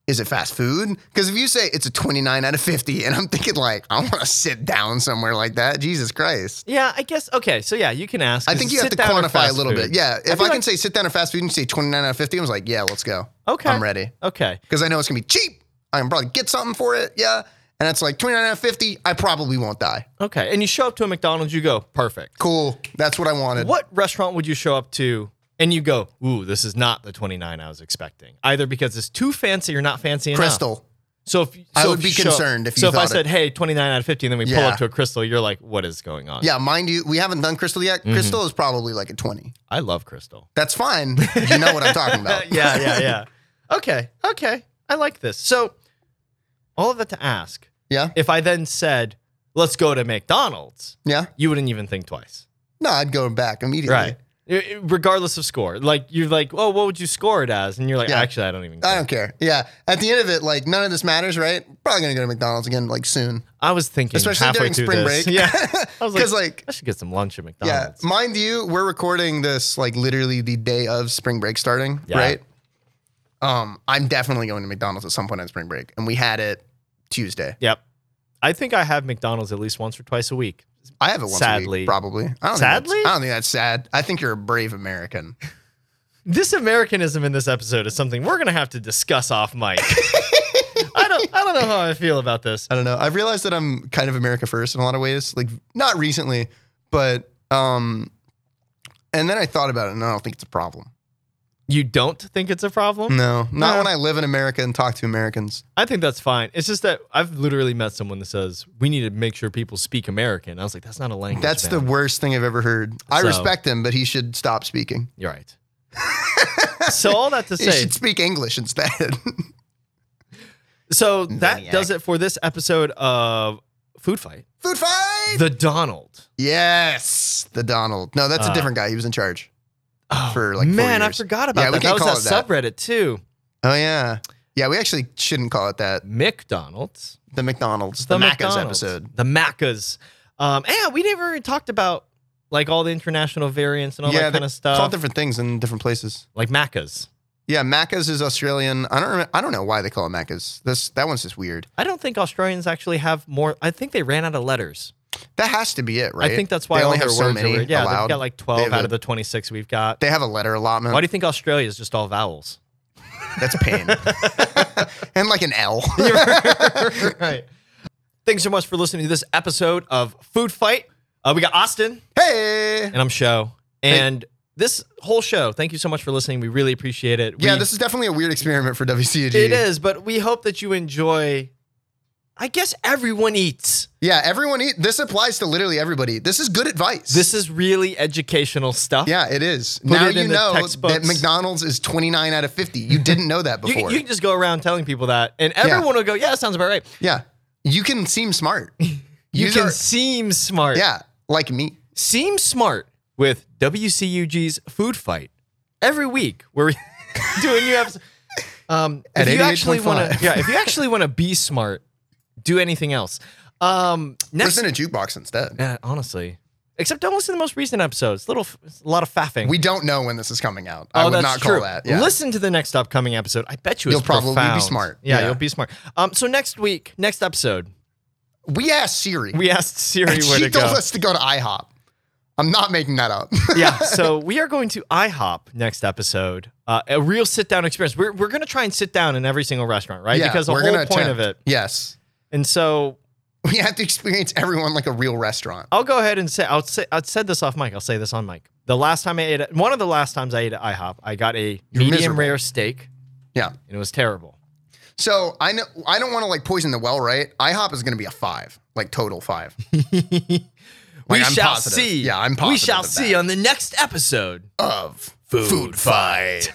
S1: is it fast food? Because if you say it's a 29 out of 50, and I'm thinking like, I want to sit down somewhere like that. Jesus Christ.
S2: Yeah, I guess. Okay, so yeah, you can ask.
S1: I
S2: Is
S1: think
S2: it
S1: you have to
S2: sit down or
S1: quantify a
S2: fast
S1: little
S2: food?
S1: bit. Yeah. If
S2: feel
S1: I, can
S2: like-
S1: say sit down or fast food and you say 29 out of 50, I was like, yeah, let's go.
S2: Okay.
S1: I'm ready.
S2: Okay.
S1: Because I know it's going to be cheap. I can probably get something for it. Yeah. And it's like 29 out of 50, I probably won't die.
S2: Okay. And you show up to a McDonald's, you go, perfect.
S1: Cool. That's what I wanted.
S2: What restaurant would you show up to and you go, ooh, this is not the 29 I was expecting? Either because it's too fancy or not fancy enough.
S1: Crystal.
S2: So if
S1: I
S2: so
S1: would
S2: if
S1: be
S2: you show-
S1: concerned if you
S2: so if I
S1: thought it-
S2: said, hey, 29 out of 50, and then we pull
S1: Yeah.
S2: up to a crystal, you're like, what is going on?
S1: Yeah. Mind you, we haven't done Crystal
S2: Mm-hmm.
S1: yet. Crystal is probably like a 20.
S2: I love crystal.
S1: That's fine. You know what I'm talking about.
S2: yeah, yeah, yeah. Okay, okay. I like this. So, all of that to ask,
S1: Yeah.
S2: if I then said, let's go to McDonald's,
S1: Yeah.
S2: you wouldn't even think twice.
S1: No, I'd go back immediately.
S2: Right. I- I- Regardless of score. Like, you're like, oh, what would you score it as? And you're like,
S1: Yeah.
S2: actually, I don't even
S1: I
S2: care.
S1: don't care. Yeah. At the end of it, like none of this matters, right? Probably gonna go to McDonald's again, like soon,
S2: I was thinking
S1: especially
S2: halfway
S1: during
S2: through
S1: spring
S2: this.
S1: break.
S2: Yeah. I was like,
S1: because like,
S2: I should get some lunch at
S1: yeah,
S2: McDonald's.
S1: mind you, we're recording this like literally the day of spring break starting,
S2: Yeah.
S1: right? Um, I'm definitely going to McDonald's at some point on spring break, and we had it Tuesday.
S2: Yep. I think I have McDonald's at least once or twice a week.
S1: I have it once a
S2: Sadly.
S1: week, probably. I don't think that's-
S2: Sadly?
S1: I don't think that's sad. I think you're a brave American.
S2: This Americanism in this episode is something we're gonna have to discuss off mic. I don't I don't know how I feel about this.
S1: I don't know. I've realized that I'm kind of America first in a lot of ways. Like not recently, but um and then I thought about it and I don't think it's a problem.
S2: You don't think it's a problem?
S1: No, not
S2: No.
S1: when I live in America and talk to Americans.
S2: I think that's fine. It's just that I've literally met someone that says we need to make sure people speak American. I was like, that's not a language.
S1: That's the
S2: man."
S1: worst thing I've ever heard. I
S2: So-
S1: respect him, but he should stop speaking.
S2: You're right. so all that to
S1: He
S2: say,
S1: should speak English instead.
S2: so that
S1: Maniac.
S2: does it for this episode of Food Fight.
S1: Food fight.
S2: The Donald.
S1: yes, the Donald. No, that's a
S2: Uh,
S1: different guy. He was in charge.
S2: Oh,
S1: For, like, four
S2: man, I
S1: years.
S2: forgot about
S1: Yeah, we
S2: that. That
S1: can't
S2: was
S1: call
S2: that,
S1: it
S2: subreddit too.
S1: Oh yeah, yeah. We actually shouldn't call it that.
S2: McDonald's.
S1: The McDonald's, the, Macca's
S2: McDonald's,
S1: episode.
S2: The Maccas. Um, and we never even talked about like all the international variants and all
S1: yeah,
S2: that kind
S1: they
S2: of stuff.
S1: call it different things in different places.
S2: like Maccas.
S1: Yeah, Macca's is Australian. I don't. Remember, I don't know why they call it Macca's. This that one's just weird.
S2: I don't think Australians actually have more. I think they ran out of letters.
S1: That has to be it, right?
S2: I think that's why
S1: they
S2: all
S1: only
S2: their
S1: have so
S2: words
S1: many
S2: Are, yeah,
S1: allowed.
S2: they've got like
S1: They
S2: twelve
S1: have
S2: out
S1: a-
S2: of the twenty-six we've got.
S1: They have a letter allotment.
S2: Why do you think Australia is just all vowels?
S1: That's pain. and like an L.
S2: right. Thanks so much for listening to this episode of Food Fight. Uh, we got Austin.
S1: hey.
S2: and I'm Show. And this whole show, thank you so much for listening. We really appreciate it.
S1: Yeah,
S2: We-
S1: this is definitely a weird experiment for WCG.
S2: it is, but we hope that you enjoy. I guess everyone eats.
S1: Yeah, everyone eat. This applies to literally everybody. This is good advice.
S2: This is really educational stuff.
S1: Yeah, it is. now
S2: it
S1: you
S2: in the
S1: know that
S2: textbooks.
S1: McDonald's is 29 out of 50. You didn't know that
S2: You,
S1: before.
S2: you can just go around telling people that, and everyone will go, "Yeah, that sounds about right."
S1: yeah. You can seem smart.
S2: You
S1: Use
S2: can
S1: our-
S2: seem smart.
S1: yeah, like me.
S2: seem smart with WCUG's Food Fight every week. Where we do a new episode. Um,
S1: At
S2: if you actually want
S1: 88.5.
S2: to, yeah, if you actually want to be smart, do anything else. Um, next
S1: Listen to jukebox instead.
S2: Yeah, honestly. Except don't listen to the most recent episodes. Little, f- it's a lot of faffing.
S1: We don't know when this is coming out.
S2: oh,
S1: I would
S2: that's
S1: not
S2: true.
S1: call that. Yeah.
S2: Listen to the next upcoming episode. I bet you it's
S1: You'll probably be
S2: profound.
S1: smart.
S2: Yeah,
S1: Yeah.
S2: you'll be smart. Um, so next week, next episode,
S1: We asked Siri.
S2: we asked Siri where
S1: she
S2: to go.
S1: told us to go to IHOP. I'm not making that up.
S2: yeah, so we are going to IHOP next episode. Uh, a real sit down experience. We're we're gonna try and sit down in every single restaurant, right?
S1: Yeah,
S2: because the
S1: we're
S2: whole
S1: gonna
S2: point of it.
S1: attempt. Yes.
S2: And so
S1: We have to experience everyone like a real restaurant.
S2: I'll go ahead and say I'll say I said this off mic. I'll say this on mic. The last time I ate at, one of the last times I ate at IHOP, I got a medium
S1: miserable.
S2: rare steak
S1: Yeah.
S2: and it was terrible.
S1: So I know I don't want to like poison the well, right? IHOP is going to be a five, like total five.
S2: we
S1: I'm
S2: shall
S1: positive.
S2: see.
S1: Yeah, I'm
S2: We
S1: positive
S2: shall
S1: of
S2: see
S1: that.
S2: on the next episode.
S1: of food, fight.